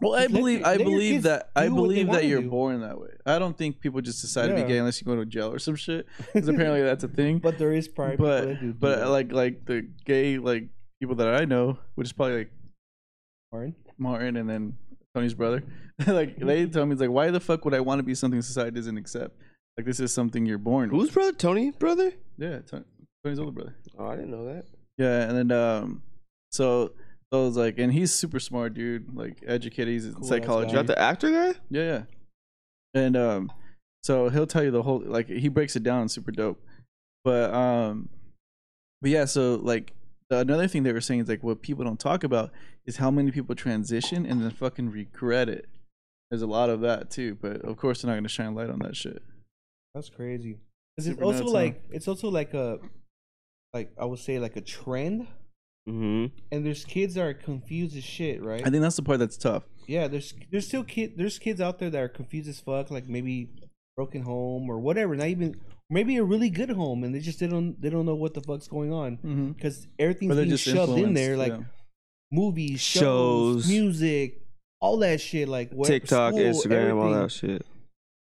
[SPEAKER 1] Well, I
[SPEAKER 3] Let your-
[SPEAKER 1] believe I
[SPEAKER 3] let your
[SPEAKER 1] believe
[SPEAKER 3] kids
[SPEAKER 1] that I
[SPEAKER 3] do what they
[SPEAKER 1] believe that
[SPEAKER 3] wanna
[SPEAKER 1] you're
[SPEAKER 3] do.
[SPEAKER 1] born that way. I don't think people just decide to
[SPEAKER 3] Yeah.
[SPEAKER 1] be gay unless you go to jail or some shit. Because apparently that's a thing.
[SPEAKER 3] but there is probably people
[SPEAKER 1] but
[SPEAKER 3] that do do
[SPEAKER 1] but
[SPEAKER 3] that.
[SPEAKER 1] like like the gay like people that I know, which is probably like
[SPEAKER 3] Lauren.
[SPEAKER 1] Martin and then Tony's brother, like
[SPEAKER 3] Mm-hmm.
[SPEAKER 1] they tell me it's like why the fuck would I want to be something society doesn't accept? Like this is something you're born. with.
[SPEAKER 2] Who's brother? Tony, brother?
[SPEAKER 1] Yeah, Tony, Tony's older brother.
[SPEAKER 2] Oh, I didn't know that.
[SPEAKER 1] Yeah, and then um, so So it's like, and he's super smart, dude. Like educated, he's in
[SPEAKER 3] Cool ass
[SPEAKER 1] psychology.
[SPEAKER 2] Is that the actor guy?
[SPEAKER 1] Yeah, yeah. And um, so he'll tell you the whole like he breaks it down super dope. But um, but yeah, so like the- another thing they were saying is like what people don't talk about is how many people transition and then fucking regret it. There's a lot of that too, but of course they're not gonna shine light on that shit.
[SPEAKER 3] That's crazy. 'Cause it's
[SPEAKER 1] Super
[SPEAKER 3] also
[SPEAKER 1] nuts, huh?
[SPEAKER 3] like it's also like a like I would say like a trend.
[SPEAKER 2] Mm-hmm.
[SPEAKER 3] And there's kids that are confused as shit, right?
[SPEAKER 1] I think that's the part that's tough.
[SPEAKER 3] yeah, there's there's still kid there's kids out there that are confused as fuck, like maybe broken home or whatever. Not even maybe a really good home, and they just they don't they don't know what the fuck's going on
[SPEAKER 1] Mm-hmm.
[SPEAKER 3] because everything's
[SPEAKER 1] But they're
[SPEAKER 3] being
[SPEAKER 1] just
[SPEAKER 3] shoved in
[SPEAKER 1] influenced,
[SPEAKER 3] there, like
[SPEAKER 1] yeah.
[SPEAKER 3] movies, shows,
[SPEAKER 2] Shows.
[SPEAKER 3] music, all that shit, like what,
[SPEAKER 2] TikTok,
[SPEAKER 3] school,
[SPEAKER 2] Instagram, all
[SPEAKER 3] everything.
[SPEAKER 2] that shit.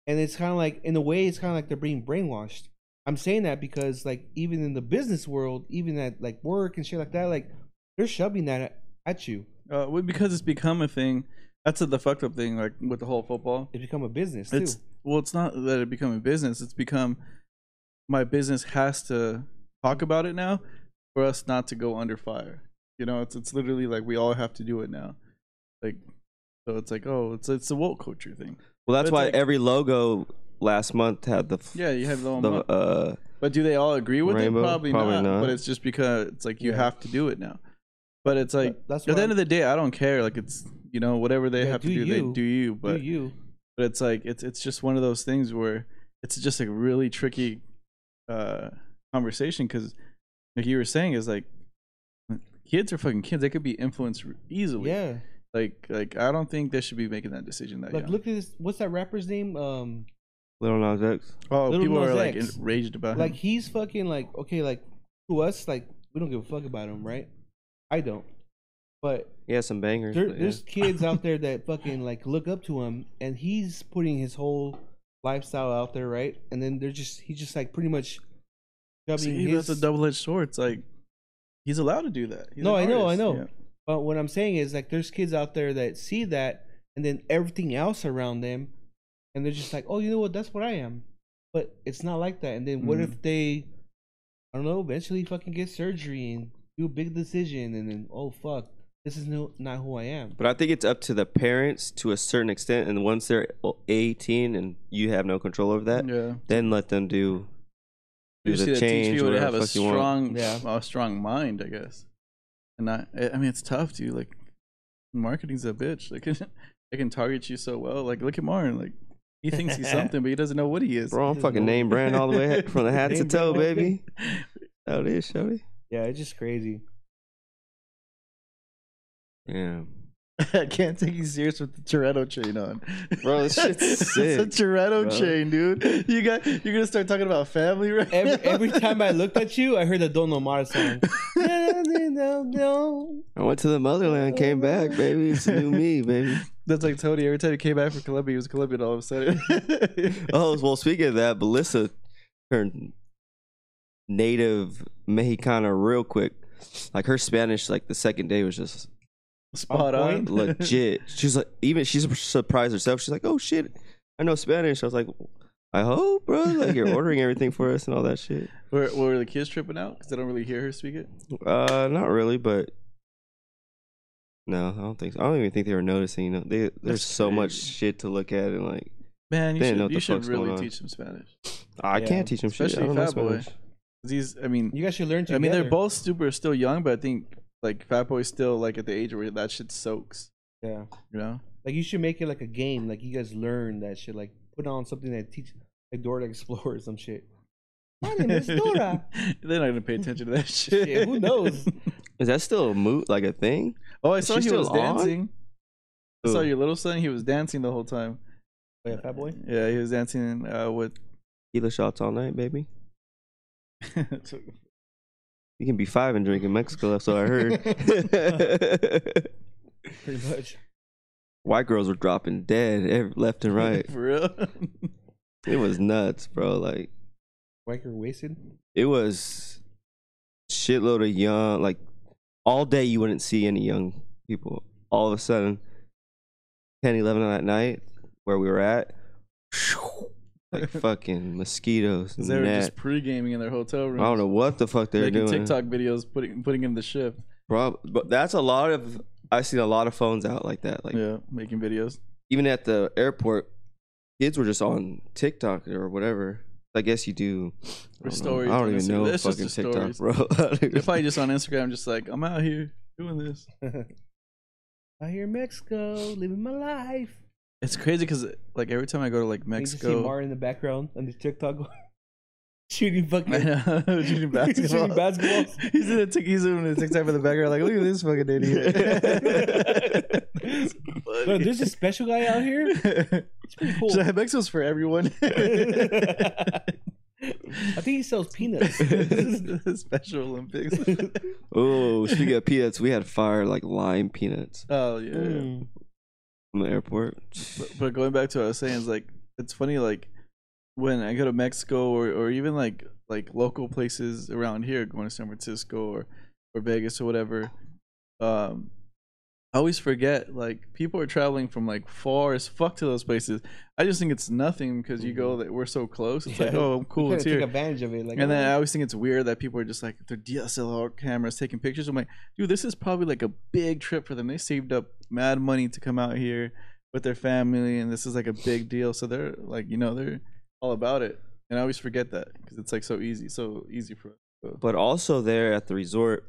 [SPEAKER 3] And it's kind of like, in a way, it's kind of like they're being brainwashed. I'm saying that because, like, even in the business world, even at like work and shit like that, like they're shoving that at, at you.
[SPEAKER 1] Uh, well, because it's become a thing. That's the fucked up thing, like with the whole football.
[SPEAKER 3] It's become a business too.
[SPEAKER 1] it's well it's not that it become a business it's become my business has to talk about it now for us not to go under fire you know it's it's literally like we all have to do it now like so it's like oh it's it's a woke culture thing
[SPEAKER 2] Well, that's
[SPEAKER 1] It's
[SPEAKER 2] why
[SPEAKER 1] like-
[SPEAKER 2] every logo last month had the f-
[SPEAKER 1] yeah you have the,
[SPEAKER 2] the uh
[SPEAKER 1] but do they all agree with
[SPEAKER 2] Rainbow?
[SPEAKER 1] it probably,
[SPEAKER 2] Probably
[SPEAKER 1] not,
[SPEAKER 2] not.
[SPEAKER 1] but it's just because it's like you
[SPEAKER 3] Yeah.
[SPEAKER 1] have to do it now but it's like
[SPEAKER 3] That- that's
[SPEAKER 1] at
[SPEAKER 3] why-
[SPEAKER 1] the end of the day i don't care like it's you know whatever they
[SPEAKER 3] Yeah,
[SPEAKER 1] have
[SPEAKER 3] do
[SPEAKER 1] to do they
[SPEAKER 3] you.
[SPEAKER 1] do you but
[SPEAKER 3] Do you?
[SPEAKER 1] but it's like it's it's just one of those things where it's just a really tricky uh conversation because like you were saying is like kids are fucking kids they could be influenced easily
[SPEAKER 3] Yeah.
[SPEAKER 1] like like i don't think they should be making that decision that
[SPEAKER 3] Like,
[SPEAKER 1] young
[SPEAKER 3] look at this. What's that rapper's name? Um,
[SPEAKER 2] Little Nas X.
[SPEAKER 1] oh
[SPEAKER 3] Lil
[SPEAKER 1] people
[SPEAKER 3] Nas
[SPEAKER 1] are like
[SPEAKER 3] X.
[SPEAKER 1] enraged about
[SPEAKER 3] like
[SPEAKER 1] like
[SPEAKER 3] he's fucking like okay, like to us, like we don't give a fuck about him, right? I don't. But
[SPEAKER 2] He has some bangers.
[SPEAKER 3] there,
[SPEAKER 2] but yeah.
[SPEAKER 3] there's kids out there that fucking like look up to him, and he's putting his whole lifestyle out there, right? And then they're just he's just like pretty much shoving
[SPEAKER 1] See,
[SPEAKER 3] his.
[SPEAKER 1] that's a double-edged sword it's like he's allowed to do that He's
[SPEAKER 3] No,
[SPEAKER 1] an
[SPEAKER 3] I know, I
[SPEAKER 1] artist.
[SPEAKER 3] know.
[SPEAKER 1] Yeah.
[SPEAKER 3] but what I'm saying is like there's kids out there that see that, and then everything else around them, and they're just like, oh, you know what? That's what I am. But it's not like that. And then what
[SPEAKER 1] Mhm.
[SPEAKER 3] if they, I don't know, eventually fucking get surgery and do a big decision, and then oh fuck, this is no, not who I am.
[SPEAKER 2] But I think it's up to the parents to a certain extent, and once they're 18 and you have no control over that,
[SPEAKER 1] yeah
[SPEAKER 2] then let them do.
[SPEAKER 1] you
[SPEAKER 2] do
[SPEAKER 1] see
[SPEAKER 2] the
[SPEAKER 1] that teach
[SPEAKER 2] change,
[SPEAKER 1] people to
[SPEAKER 2] whatever
[SPEAKER 1] have a
[SPEAKER 2] the fuck you want.
[SPEAKER 1] strong,
[SPEAKER 3] Yeah.
[SPEAKER 1] a strong mind, I guess. And I, I mean, it's tough, dude. Like, marketing's a bitch. They can, they can target you so well. Like, look at Martin. Like, he thinks he's something, but he doesn't know what he is.
[SPEAKER 2] Bro, I'm fucking name brand all the way from the hat to
[SPEAKER 3] Name
[SPEAKER 2] toe,
[SPEAKER 3] brand.
[SPEAKER 2] baby. Oh, this, shorty.
[SPEAKER 3] Yeah, it's just crazy.
[SPEAKER 2] Yeah.
[SPEAKER 1] I can't take you serious with the Toretto chain on,
[SPEAKER 2] Bro, this shit's sick,
[SPEAKER 1] it's a Toretto
[SPEAKER 2] bro.
[SPEAKER 1] chain, dude. You got, you're gonna start talking about family, right?
[SPEAKER 3] Every,
[SPEAKER 1] now.
[SPEAKER 3] every time I looked at you, I heard the Don Omar song. no, no, no.
[SPEAKER 2] I went to the motherland, came back, baby. It's new me, baby.
[SPEAKER 1] That's like Tony. Every time he came back from Colombia, he was Colombian all of a sudden.
[SPEAKER 2] Oh, well, speaking of that, Melissa turned native Mexicana real quick. Like her Spanish, like the second day was just
[SPEAKER 1] Spot on.
[SPEAKER 3] point.
[SPEAKER 2] uh, legit. She's like, even she's surprised herself. She's like, "Oh shit, I know Spanish." I was like, "I hope, bro. Like you're ordering everything for us and all that shit."
[SPEAKER 1] Were, were the kids tripping out because they don't really hear her speak it?
[SPEAKER 2] Uh, not really, but no, I don't think. So. I don't even think they were noticing. You know, they, there's
[SPEAKER 1] That's
[SPEAKER 2] so much
[SPEAKER 1] crazy.
[SPEAKER 2] shit to look at and like.
[SPEAKER 1] Man, you
[SPEAKER 2] They didn't
[SPEAKER 1] should,
[SPEAKER 2] know what
[SPEAKER 1] you
[SPEAKER 2] the
[SPEAKER 1] should
[SPEAKER 2] fuck's going
[SPEAKER 1] really
[SPEAKER 2] on.
[SPEAKER 1] teach them Spanish.
[SPEAKER 2] I
[SPEAKER 3] Yeah,
[SPEAKER 2] can't teach them shit. I
[SPEAKER 1] especially
[SPEAKER 2] don't know
[SPEAKER 1] Fat Boy.
[SPEAKER 2] Spanish.
[SPEAKER 1] These, I mean,
[SPEAKER 3] You guys should learn
[SPEAKER 1] I
[SPEAKER 3] together.
[SPEAKER 1] mean, they're both super still young, but I think like Fat Boy's still like at the age where that shit soaks.
[SPEAKER 3] Yeah.
[SPEAKER 1] You know?
[SPEAKER 3] Like you should make it like a game. Like you guys learn that shit. Like put on something that teach like Dora the Explorer or some shit. My name is Dora.
[SPEAKER 1] They're not gonna pay attention to that shit.
[SPEAKER 3] shit, who knows?
[SPEAKER 2] Is that still a moot like a thing?
[SPEAKER 1] Oh, I
[SPEAKER 2] Is
[SPEAKER 1] saw
[SPEAKER 2] she
[SPEAKER 1] he was
[SPEAKER 2] still on?
[SPEAKER 1] dancing. I saw
[SPEAKER 2] Who?
[SPEAKER 1] your little son. He was dancing the whole time.
[SPEAKER 3] Wait, fat boy.
[SPEAKER 1] Yeah, he was dancing uh, with.
[SPEAKER 2] Tequila shots all night, baby. You can be five and drink in Mexico. That's what I heard.
[SPEAKER 3] Pretty much.
[SPEAKER 2] White girls were dropping dead ev left and right.
[SPEAKER 1] For real.
[SPEAKER 2] It was nuts, bro. Like
[SPEAKER 3] Riker wasted.
[SPEAKER 2] it was shitload of young. Like all day, you wouldn't see any young people. All of a sudden, 10, 11 at night, where we were at, like fucking mosquitoes.
[SPEAKER 1] 'Cause they were
[SPEAKER 2] net.
[SPEAKER 1] just pre gaming in their hotel
[SPEAKER 2] I
[SPEAKER 1] room.
[SPEAKER 2] don't know what the fuck they were
[SPEAKER 1] Making
[SPEAKER 2] doing.
[SPEAKER 1] TikTok videos, putting putting in the shift.
[SPEAKER 2] Prob- but that's a lot of. I've seen a lot of phones out like that. Like
[SPEAKER 1] yeah, making videos.
[SPEAKER 2] even at the airport, kids were just on TikTok or whatever. I guess you do. I
[SPEAKER 1] Or
[SPEAKER 2] don't know.
[SPEAKER 1] stories
[SPEAKER 2] I
[SPEAKER 1] on
[SPEAKER 2] don't even
[SPEAKER 1] Instagram.
[SPEAKER 2] know
[SPEAKER 1] That's just
[SPEAKER 2] fucking
[SPEAKER 1] the
[SPEAKER 2] TikTok,
[SPEAKER 1] stories.
[SPEAKER 2] bro.
[SPEAKER 1] They're probably just on Instagram, just like I'm out here doing this.
[SPEAKER 3] Out here in Mexico, living my life.
[SPEAKER 1] It's crazy because like every time I go to like
[SPEAKER 3] And You just see
[SPEAKER 1] Mexico,
[SPEAKER 3] Mar in the background on the TikTok shooting
[SPEAKER 1] I
[SPEAKER 3] fucking.
[SPEAKER 1] know, shooting
[SPEAKER 3] Shooting
[SPEAKER 1] basketball.
[SPEAKER 3] basketballs.
[SPEAKER 1] he's in the tic- he's in the TikTok for the background. Like, look at this fucking idiot. It's funny.
[SPEAKER 3] Bro, there's a special guy out here. It's pretty cool.
[SPEAKER 1] So Mexico's for everyone.
[SPEAKER 3] I think he sells peanuts.
[SPEAKER 1] Special Olympics.
[SPEAKER 2] oh, speaking of peanuts, we had fire like lime peanuts
[SPEAKER 1] oh yeah. yeah.
[SPEAKER 3] Mm.
[SPEAKER 2] from the airport.
[SPEAKER 1] But, but going back to what I was saying, it's like it's funny like when I go to Mexico or, or even like like local places around here, going to San Francisco or or Vegas or whatever. Um, I always forget like people are traveling from like far as fuck to those places. I just think it's nothing because you go that we're so close. It's like
[SPEAKER 3] Mm-hmm. Yeah.
[SPEAKER 1] oh, I'm cool.
[SPEAKER 3] Kinda
[SPEAKER 1] It's
[SPEAKER 3] take
[SPEAKER 1] here.
[SPEAKER 3] advantage of it. Like,
[SPEAKER 1] And then
[SPEAKER 2] uh,
[SPEAKER 1] I always think it's weird that people are just like their DSLR cameras taking pictures. I'm like, dude, this is probably like a big trip for them. They saved up mad money to come out here with their family, and this is like a big deal. So they're like, you know, they're all about it. And I always forget that because it's like so easy, so easy for us.
[SPEAKER 2] But also there at the resort,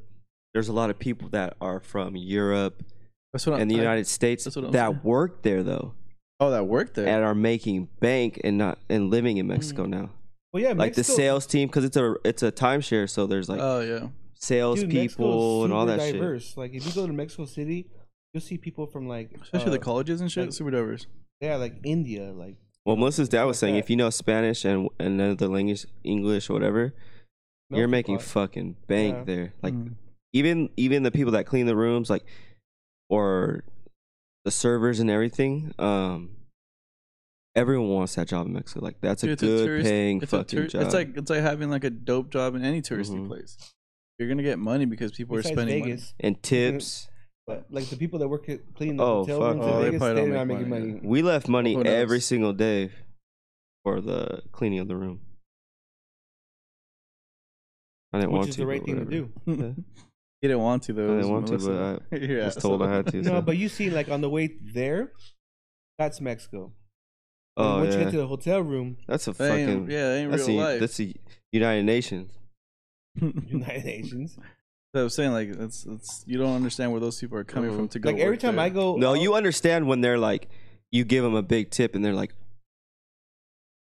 [SPEAKER 2] there's a lot of people that are from Europe
[SPEAKER 1] That's what
[SPEAKER 2] and the
[SPEAKER 1] I-
[SPEAKER 2] United States
[SPEAKER 1] that's what I'm saying.
[SPEAKER 2] that work there though
[SPEAKER 1] oh, that worked there.
[SPEAKER 2] and are making bank and not and living in
[SPEAKER 1] Mm.
[SPEAKER 2] Mexico now.
[SPEAKER 3] well, yeah,
[SPEAKER 2] Like the
[SPEAKER 3] Mexico-
[SPEAKER 2] sales team, because it's a it's a timeshare, so there's like
[SPEAKER 1] oh yeah,
[SPEAKER 2] sales
[SPEAKER 3] dude, Mexico's
[SPEAKER 2] people and all
[SPEAKER 3] super
[SPEAKER 2] that
[SPEAKER 3] diverse. Like if you go to Mexico City, you'll see people from like
[SPEAKER 1] especially
[SPEAKER 3] uh,
[SPEAKER 1] the colleges and shit,
[SPEAKER 3] like-
[SPEAKER 1] super diverse.
[SPEAKER 3] Yeah, like India, like
[SPEAKER 2] shit. Well, Melissa's dad was
[SPEAKER 3] Like
[SPEAKER 2] saying
[SPEAKER 3] that.
[SPEAKER 2] if you know Spanish and and another language, English or whatever, you're
[SPEAKER 3] melting
[SPEAKER 2] making
[SPEAKER 3] pot.
[SPEAKER 2] fucking bank
[SPEAKER 3] Yeah.
[SPEAKER 2] there. Like
[SPEAKER 1] Mm.
[SPEAKER 2] even even the people that clean the rooms, like or the servers and everything. Um, everyone wants that job in Mexico. Like that's a
[SPEAKER 1] Dude, it's
[SPEAKER 2] good
[SPEAKER 1] tourist-
[SPEAKER 2] paying
[SPEAKER 1] it's a
[SPEAKER 2] fucking
[SPEAKER 1] tour-
[SPEAKER 2] job.
[SPEAKER 1] It's like it's like having like a dope job in any touristy
[SPEAKER 2] Mhm.
[SPEAKER 1] place. You're gonna get money because people
[SPEAKER 3] Besides
[SPEAKER 1] are spending money.
[SPEAKER 3] Vegas,
[SPEAKER 2] and tips.
[SPEAKER 3] but like the people that work at cleaning the
[SPEAKER 2] Oh,
[SPEAKER 3] hotel
[SPEAKER 2] fuck
[SPEAKER 3] rooms
[SPEAKER 2] no.
[SPEAKER 3] in
[SPEAKER 2] They
[SPEAKER 3] Vegas,
[SPEAKER 1] probably
[SPEAKER 3] they're
[SPEAKER 1] don't
[SPEAKER 3] not
[SPEAKER 1] make
[SPEAKER 3] making
[SPEAKER 1] money,
[SPEAKER 3] money.
[SPEAKER 2] We left money
[SPEAKER 1] Who knows?
[SPEAKER 2] every single day for the cleaning of the room. I didn't want
[SPEAKER 3] which is
[SPEAKER 2] to,
[SPEAKER 3] the
[SPEAKER 2] but
[SPEAKER 3] right thing to
[SPEAKER 2] whatever.
[SPEAKER 3] do.
[SPEAKER 1] you didn't want to though.
[SPEAKER 2] I didn't want to, but
[SPEAKER 1] I
[SPEAKER 2] was told I had to.
[SPEAKER 3] No,
[SPEAKER 2] so-
[SPEAKER 3] but you see, like on the way there, that's Mexico. And
[SPEAKER 2] Oh
[SPEAKER 3] once you
[SPEAKER 2] yeah,
[SPEAKER 3] get to the hotel room,
[SPEAKER 2] that's a
[SPEAKER 1] That ain't-
[SPEAKER 2] fucking.
[SPEAKER 1] yeah, that ain't
[SPEAKER 2] that's
[SPEAKER 1] real
[SPEAKER 2] the
[SPEAKER 1] life.
[SPEAKER 2] that's the United Nations.
[SPEAKER 3] United Nations.
[SPEAKER 1] So I'm saying like it's it's you don't understand where those people are coming from to go.
[SPEAKER 3] Like every
[SPEAKER 1] work
[SPEAKER 3] time
[SPEAKER 1] there.
[SPEAKER 3] I go, "Oh,
[SPEAKER 2] No,
[SPEAKER 3] out-
[SPEAKER 2] you understand when they're like, you give them a big tip and they're like,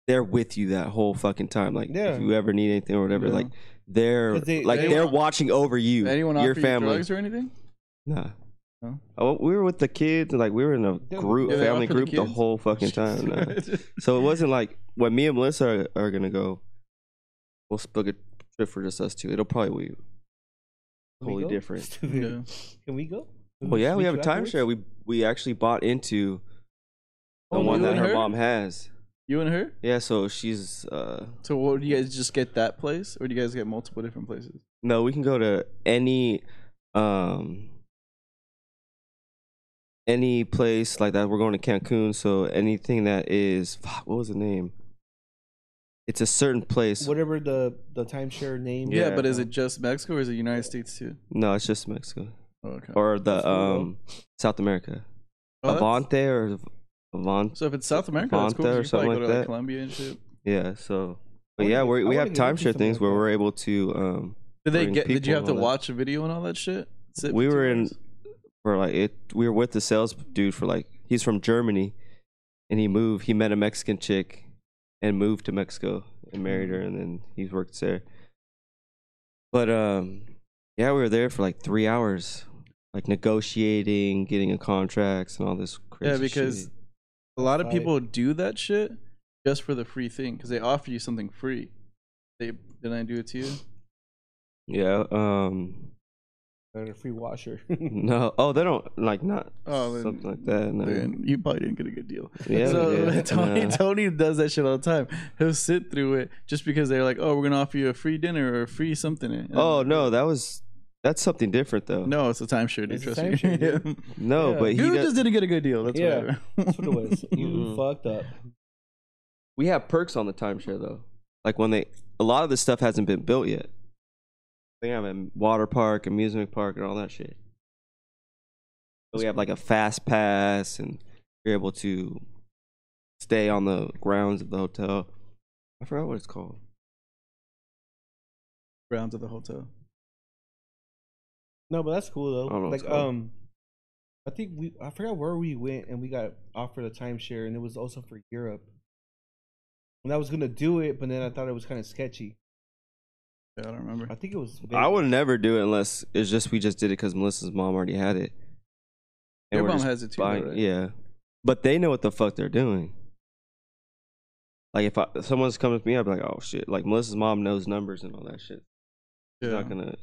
[SPEAKER 2] they're with you that whole fucking time. Like,
[SPEAKER 3] Yeah.
[SPEAKER 2] if you ever need anything or whatever,
[SPEAKER 1] Yeah.
[SPEAKER 2] like they're
[SPEAKER 3] 'Cause they-
[SPEAKER 2] like
[SPEAKER 3] they-
[SPEAKER 2] they, are watching over you,
[SPEAKER 1] anyone offer
[SPEAKER 2] your
[SPEAKER 1] you
[SPEAKER 2] family.
[SPEAKER 1] drugs or anything?
[SPEAKER 2] nah.
[SPEAKER 1] No?
[SPEAKER 2] Oh, we were with the kids, and like we were in a
[SPEAKER 3] Yeah,
[SPEAKER 2] group,
[SPEAKER 1] they offer
[SPEAKER 2] family
[SPEAKER 1] the
[SPEAKER 2] group, the,
[SPEAKER 1] kids.
[SPEAKER 2] whole fucking time. nah. So it wasn't like when me and Melissa are, are gonna go. We'll book a trip for just us two. It'll probably be
[SPEAKER 3] Can we
[SPEAKER 2] totally
[SPEAKER 3] go?
[SPEAKER 2] different.
[SPEAKER 1] Yeah.
[SPEAKER 3] Can we go?
[SPEAKER 2] Well, yeah, we
[SPEAKER 3] Meet
[SPEAKER 2] have a
[SPEAKER 3] you afterwards?
[SPEAKER 2] timeshare. We we actually bought into the
[SPEAKER 1] Oh,
[SPEAKER 2] one
[SPEAKER 1] you
[SPEAKER 2] that
[SPEAKER 1] and
[SPEAKER 2] her,
[SPEAKER 1] her?
[SPEAKER 2] mom has.
[SPEAKER 1] You and her?
[SPEAKER 2] Yeah, so she's uh
[SPEAKER 1] So what do you guys just get that place, or do you guys get multiple different places?
[SPEAKER 2] no, we can go to any um any place like that. We're going to Cancun, so anything that is fuck, what was the name? It's a certain place.
[SPEAKER 3] Whatever the the timeshare name.
[SPEAKER 1] Yeah,
[SPEAKER 2] Yeah.
[SPEAKER 1] but
[SPEAKER 3] uh,
[SPEAKER 1] is it just Mexico or is it United States too?
[SPEAKER 2] No, it's just Mexico
[SPEAKER 1] Oh, okay.
[SPEAKER 2] or the
[SPEAKER 3] That's cool, though.
[SPEAKER 2] um South America.
[SPEAKER 1] Oh, that's-
[SPEAKER 2] Avante or Avante.
[SPEAKER 1] so if it's South America, that's cool.
[SPEAKER 2] Bonta
[SPEAKER 1] 'cause
[SPEAKER 2] or
[SPEAKER 1] You probably
[SPEAKER 2] something
[SPEAKER 1] go to
[SPEAKER 2] like
[SPEAKER 1] like
[SPEAKER 2] that.
[SPEAKER 1] Colombia and shit.
[SPEAKER 2] Yeah, so
[SPEAKER 3] I
[SPEAKER 2] but
[SPEAKER 3] wanna
[SPEAKER 2] yeah, we
[SPEAKER 3] get- I
[SPEAKER 2] we
[SPEAKER 3] wanna
[SPEAKER 2] have
[SPEAKER 3] get into
[SPEAKER 2] timeshare
[SPEAKER 3] something
[SPEAKER 2] things
[SPEAKER 3] like
[SPEAKER 2] where
[SPEAKER 3] that.
[SPEAKER 2] we're able to um
[SPEAKER 1] Did they
[SPEAKER 2] Bring
[SPEAKER 1] get? Did
[SPEAKER 2] people
[SPEAKER 1] you have
[SPEAKER 2] and
[SPEAKER 1] to
[SPEAKER 2] all that.
[SPEAKER 1] watch a video and all that shit? Sit for
[SPEAKER 2] We
[SPEAKER 1] two
[SPEAKER 2] were in-
[SPEAKER 1] hours?
[SPEAKER 2] for like it we were with the sales dude for like he's from Germany and he moved he met a Mexican chick and moved to Mexico and married
[SPEAKER 3] Mm.
[SPEAKER 2] her and then he's worked there. But um yeah, we were there for like 3 hours like negotiating, getting a contracts and all this crazy
[SPEAKER 1] Yeah, because
[SPEAKER 2] shit.
[SPEAKER 1] a lot of
[SPEAKER 3] That's right.
[SPEAKER 1] people do that shit just for the free thing because they offer you something free. They didn't I do it to
[SPEAKER 2] Mm.
[SPEAKER 1] you?
[SPEAKER 2] Yeah, um
[SPEAKER 3] And a free washer.
[SPEAKER 2] no, oh, they don't like not
[SPEAKER 1] Oh, then-
[SPEAKER 2] something like that. No.
[SPEAKER 1] Then you probably didn't get a good deal.
[SPEAKER 2] Yeah,
[SPEAKER 1] so
[SPEAKER 2] we did.
[SPEAKER 1] Tony,
[SPEAKER 2] Uh,
[SPEAKER 1] Tony does that shit all the time. He'll sit through it just because they're like, "Oh, we're gonna offer you a free dinner or a free something." And I'm
[SPEAKER 2] Oh
[SPEAKER 1] like,
[SPEAKER 2] no, that was that's something different though.
[SPEAKER 1] no, it's a timeshare. Dude,
[SPEAKER 3] It's a
[SPEAKER 1] trust me.
[SPEAKER 3] timeshare, dude.
[SPEAKER 1] Yeah.
[SPEAKER 2] no,
[SPEAKER 3] Yeah.
[SPEAKER 2] but he
[SPEAKER 1] You
[SPEAKER 2] does,
[SPEAKER 1] just didn't get a good deal. That's
[SPEAKER 3] Yeah.
[SPEAKER 1] whatever.
[SPEAKER 3] That's what it was. You
[SPEAKER 2] Mm-mm.
[SPEAKER 3] fucked up.
[SPEAKER 2] we have perks on the timeshare though. Like when they a lot of this stuff hasn't been built yet. They have a water park, amusement park, and all that shit. But we have like a fast pass, and you're able to stay on the grounds of the hotel. I forgot what it's called.
[SPEAKER 1] Grounds of the hotel.
[SPEAKER 3] No, but that's cool though.
[SPEAKER 2] I don't know what it's
[SPEAKER 3] like
[SPEAKER 2] called.
[SPEAKER 3] um, I think we I forgot where we went and we got offered a timeshare and it was also for Europe. And I was gonna do it, but then I thought it was kind of sketchy.
[SPEAKER 1] Yeah, I don't remember.
[SPEAKER 3] I think it was.
[SPEAKER 2] I would
[SPEAKER 3] Vegas.
[SPEAKER 2] never do it unless it's just we just did it because Melissa's mom already had it. And
[SPEAKER 1] Your
[SPEAKER 2] we're
[SPEAKER 1] mom
[SPEAKER 2] just
[SPEAKER 1] has it too, though,
[SPEAKER 2] buying-
[SPEAKER 1] right?
[SPEAKER 2] Yeah, but they know what the fuck they're doing. Like if, I, if someone's coming to me, I'd be like, "Oh shit!" Like Melissa's mom knows numbers and all that shit.
[SPEAKER 1] Yeah.
[SPEAKER 2] She's not gonna.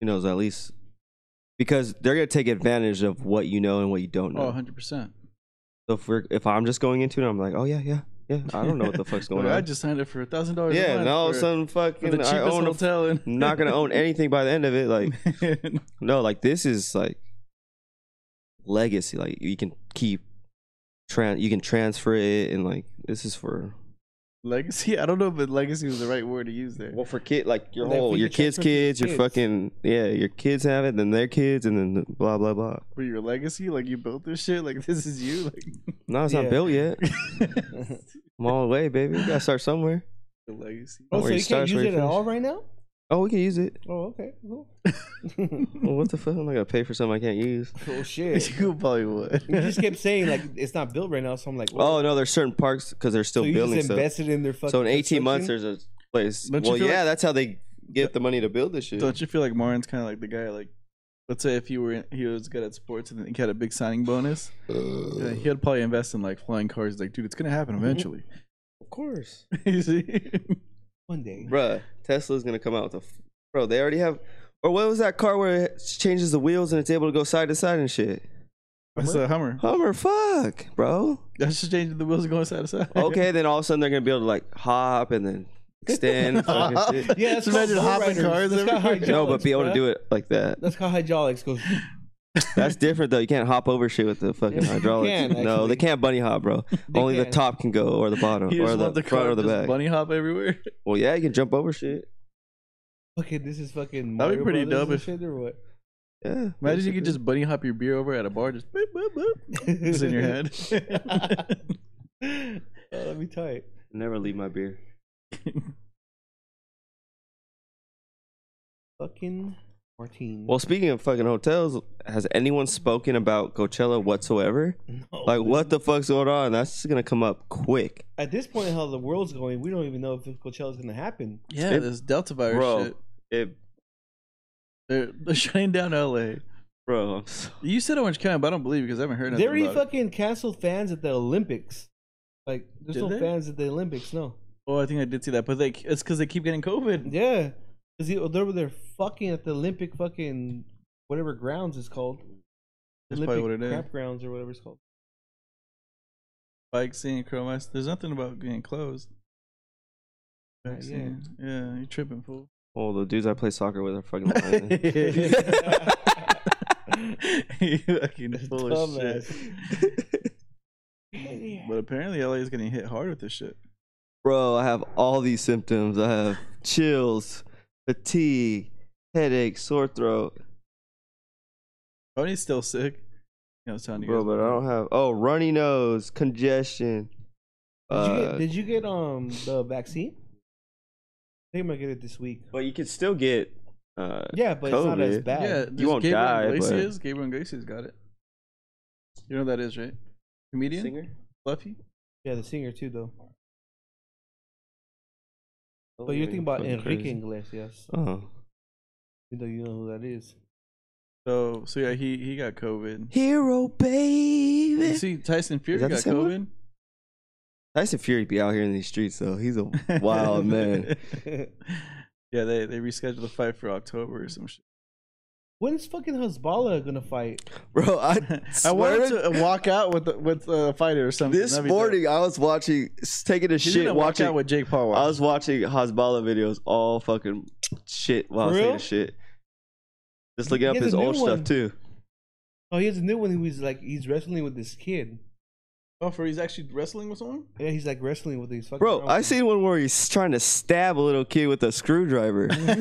[SPEAKER 2] She knows at least because they're gonna take advantage of what you know and what you don't know.
[SPEAKER 1] Oh, 100%.
[SPEAKER 2] So if we're if I'm just going into it, I'm like, "Oh yeah, yeah, yeah." I don't know what the fuck's going
[SPEAKER 1] Like, I
[SPEAKER 2] on.
[SPEAKER 1] just signed up for a thousand dollars.
[SPEAKER 2] yeah,
[SPEAKER 1] month
[SPEAKER 2] and all of
[SPEAKER 1] for-
[SPEAKER 2] a sudden,
[SPEAKER 1] for
[SPEAKER 2] fucking,
[SPEAKER 1] the cheapest
[SPEAKER 2] I own. A,
[SPEAKER 1] hotel. and
[SPEAKER 2] I'm not gonna own anything by the end of it. Like.
[SPEAKER 1] anything.
[SPEAKER 2] No, like this is like legacy. Like you can keep tran you can transfer it and like this is for
[SPEAKER 1] legacy. I don't know if legacy was the right word to use there.
[SPEAKER 2] well for kid like your
[SPEAKER 3] And then if
[SPEAKER 2] whole
[SPEAKER 3] we
[SPEAKER 2] your
[SPEAKER 3] could
[SPEAKER 2] kids
[SPEAKER 3] transfer it to
[SPEAKER 2] kids, your
[SPEAKER 3] kids.
[SPEAKER 2] fucking yeah, your kids have it, then their kids and then blah blah blah.
[SPEAKER 1] For your legacy, like you built this shit, like this is you. Like
[SPEAKER 2] No, it's
[SPEAKER 3] Yeah.
[SPEAKER 2] not built yet.
[SPEAKER 1] the
[SPEAKER 2] I'm all the way, baby. We gotta start somewhere.
[SPEAKER 1] legacy.
[SPEAKER 3] Oh,
[SPEAKER 2] where it
[SPEAKER 3] so you can't
[SPEAKER 2] starts,
[SPEAKER 3] use
[SPEAKER 2] where
[SPEAKER 3] it
[SPEAKER 2] it
[SPEAKER 3] at all right now?
[SPEAKER 2] Oh, we can use it.
[SPEAKER 3] Oh, okay, cool.
[SPEAKER 2] Well, what the fuck? I'm not gonna pay for something I can't use.
[SPEAKER 3] oh shit.
[SPEAKER 1] You probably would.
[SPEAKER 3] You just kept saying like it's not built right now, so I'm like, well,
[SPEAKER 2] Oh no, there's certain parks because they're still
[SPEAKER 3] so you
[SPEAKER 2] building
[SPEAKER 3] just
[SPEAKER 2] stuff.
[SPEAKER 3] invested in their fucking.
[SPEAKER 2] So in 18 months,
[SPEAKER 3] construction?
[SPEAKER 2] there's a place.
[SPEAKER 1] Don't you
[SPEAKER 2] Well,
[SPEAKER 1] feel
[SPEAKER 2] yeah,
[SPEAKER 1] like-
[SPEAKER 2] that's how they get the money to build this shit.
[SPEAKER 1] Don't you feel like Martin's kind of like the guy? Like, let's say if he were in, he was good at sports and then he had a big signing bonus, uh, he'd probably invest in like flying cars. He's like, dude, it's gonna happen
[SPEAKER 2] Mm-hmm.
[SPEAKER 1] eventually.
[SPEAKER 2] Of course.
[SPEAKER 1] You see?
[SPEAKER 3] one day.
[SPEAKER 2] Bruh, Tesla's gonna come out with a f- bro. They already have, or what was that car where it changes the wheels and it's able to go side to side and shit?
[SPEAKER 1] That's a Hummer.
[SPEAKER 2] Hummer, fuck, bro.
[SPEAKER 1] That's just changing the wheels and going side to side.
[SPEAKER 2] Okay, then all of a sudden they're gonna be able to like hop and then extend. fucking shit.
[SPEAKER 3] Yeah, it's
[SPEAKER 1] Just imagine
[SPEAKER 3] called
[SPEAKER 1] hopping
[SPEAKER 3] lowriders.
[SPEAKER 1] cars
[SPEAKER 3] That's called
[SPEAKER 1] everywhere.
[SPEAKER 2] No, but be able to
[SPEAKER 3] bruh.
[SPEAKER 2] do it like that.
[SPEAKER 3] That's called hydraulics. Goes.
[SPEAKER 2] That's different though. You can't hop over shit with the fucking
[SPEAKER 3] Yes, you
[SPEAKER 2] hydraulics.
[SPEAKER 3] can,
[SPEAKER 2] no, they
[SPEAKER 3] actually.
[SPEAKER 2] can't bunny hop, bro. Only the
[SPEAKER 3] can.
[SPEAKER 2] top can go, or the bottom,
[SPEAKER 1] You
[SPEAKER 2] or
[SPEAKER 1] just
[SPEAKER 2] the,
[SPEAKER 1] want the
[SPEAKER 2] front,
[SPEAKER 1] car
[SPEAKER 2] or
[SPEAKER 1] to
[SPEAKER 2] the
[SPEAKER 1] just
[SPEAKER 2] back.
[SPEAKER 1] bunny hop everywhere.
[SPEAKER 2] Well, yeah, you can jump over shit.
[SPEAKER 3] Okay, this is fucking.
[SPEAKER 1] That'd be
[SPEAKER 3] Mario
[SPEAKER 1] pretty
[SPEAKER 3] Brothers
[SPEAKER 1] dope
[SPEAKER 3] and
[SPEAKER 1] if-
[SPEAKER 3] shit or what?
[SPEAKER 2] Yeah.
[SPEAKER 1] Imagine you
[SPEAKER 2] basically.
[SPEAKER 1] could just bunny hop your beer over at a bar, just boop, boop, boop. It's in your head.
[SPEAKER 3] oh, that'd be tight.
[SPEAKER 2] never leave my beer.
[SPEAKER 3] Fucking Martine.
[SPEAKER 2] Well, speaking of fucking hotels, has anyone spoken about Coachella whatsoever?
[SPEAKER 3] No,
[SPEAKER 2] Like,
[SPEAKER 3] man.
[SPEAKER 2] what the fuck's going on? That's just gonna come up quick,
[SPEAKER 3] At this point, how the world's going, we don't even know if Coachella's gonna happen.
[SPEAKER 1] yeah,
[SPEAKER 2] It-
[SPEAKER 1] this Delta virus
[SPEAKER 2] bro.
[SPEAKER 1] shit.
[SPEAKER 2] It,
[SPEAKER 1] They're, they're shutting down LA.
[SPEAKER 2] bro, I'm so,
[SPEAKER 1] You said Orange County, but I don't believe because I haven't heard
[SPEAKER 3] they
[SPEAKER 1] nothing
[SPEAKER 3] already
[SPEAKER 1] about it.
[SPEAKER 3] fucking canceled fans at the Olympics. Like, there's
[SPEAKER 1] Did
[SPEAKER 3] no
[SPEAKER 1] they?
[SPEAKER 3] fans at the Olympics. No.
[SPEAKER 1] Oh, I think I did see that, but they, it's because they keep getting COVID.
[SPEAKER 3] Yeah, because they were there fucking at the Olympic fucking whatever grounds it's called.
[SPEAKER 1] That's
[SPEAKER 3] Olympic
[SPEAKER 1] probably what it is.
[SPEAKER 3] crap grounds or whatever it's called.
[SPEAKER 1] Bike scene, Chrome Ice. There's nothing about getting closed.
[SPEAKER 3] Not
[SPEAKER 1] Bike scene. Yeah, you're tripping, fool.
[SPEAKER 2] all the dudes I play soccer with are fucking. lying.
[SPEAKER 1] you fucking full of shit. but apparently, LA is getting hit hard with this shit.
[SPEAKER 2] bro, I have all these symptoms. I have chills, fatigue, headache, sore throat,
[SPEAKER 1] Tony's still sick. You know, it's telling you
[SPEAKER 2] bro.
[SPEAKER 1] guys
[SPEAKER 2] But I
[SPEAKER 1] about
[SPEAKER 2] don't have. Oh, runny nose, congestion.
[SPEAKER 3] Did, you
[SPEAKER 2] uh,
[SPEAKER 3] get, did you get um the vaccine? I think I'm gonna get it this week.
[SPEAKER 2] but you can still get. Uh,
[SPEAKER 3] Yeah, but it's not as
[SPEAKER 1] that.
[SPEAKER 2] COVID.
[SPEAKER 3] bad.
[SPEAKER 1] Yeah,
[SPEAKER 3] Yeah.
[SPEAKER 1] this
[SPEAKER 2] You won't
[SPEAKER 1] Gabriel
[SPEAKER 2] die, but-
[SPEAKER 1] Iglesias, Gabriel Iglesias got it. You know who that is, right? Comedian,
[SPEAKER 2] Singer?
[SPEAKER 1] Fluffy.
[SPEAKER 3] the singer too though. But you're thinking about
[SPEAKER 2] Oh, Fucking
[SPEAKER 3] Enrique
[SPEAKER 2] crazy.
[SPEAKER 3] Iglesias.
[SPEAKER 2] Oh.
[SPEAKER 3] You know, you know who that is.
[SPEAKER 1] So, so yeah, he he got COVID.
[SPEAKER 2] Hero
[SPEAKER 1] You
[SPEAKER 2] baby.
[SPEAKER 1] see, Tyson Fury
[SPEAKER 2] that
[SPEAKER 1] got
[SPEAKER 2] the same
[SPEAKER 1] COVID.
[SPEAKER 2] one? Tyson Fury be out here in these streets though. He's a wild man.
[SPEAKER 1] yeah, they they rescheduled the fight for October or some shit.
[SPEAKER 3] When's fucking Hezbollah gonna fight?
[SPEAKER 2] Bro, I
[SPEAKER 1] I
[SPEAKER 2] swear
[SPEAKER 1] wanted
[SPEAKER 2] to,
[SPEAKER 1] to uh, walk out with the, with a fighter or something.
[SPEAKER 2] this
[SPEAKER 1] That'd be dope.
[SPEAKER 2] morning I was watching s- taking a
[SPEAKER 1] He's
[SPEAKER 2] shit
[SPEAKER 1] gonna walk
[SPEAKER 2] watching
[SPEAKER 1] out with Jake Paul.
[SPEAKER 2] I was watching Hezbollah videos all fucking shit while I was
[SPEAKER 3] For
[SPEAKER 2] taking
[SPEAKER 3] real?
[SPEAKER 2] a shit. Just looking
[SPEAKER 3] He
[SPEAKER 2] up
[SPEAKER 3] has
[SPEAKER 2] his
[SPEAKER 3] a new
[SPEAKER 2] old stuff
[SPEAKER 3] one.
[SPEAKER 2] too.
[SPEAKER 3] Oh, he has a new one. He was like he's wrestling with this kid.
[SPEAKER 1] Oh, for he's actually wrestling with someone.
[SPEAKER 3] Yeah, he's like wrestling with these fucking.
[SPEAKER 2] Bro, I
[SPEAKER 3] rounds.
[SPEAKER 2] seen one where he's trying to stab a little kid with a screwdriver. yeah,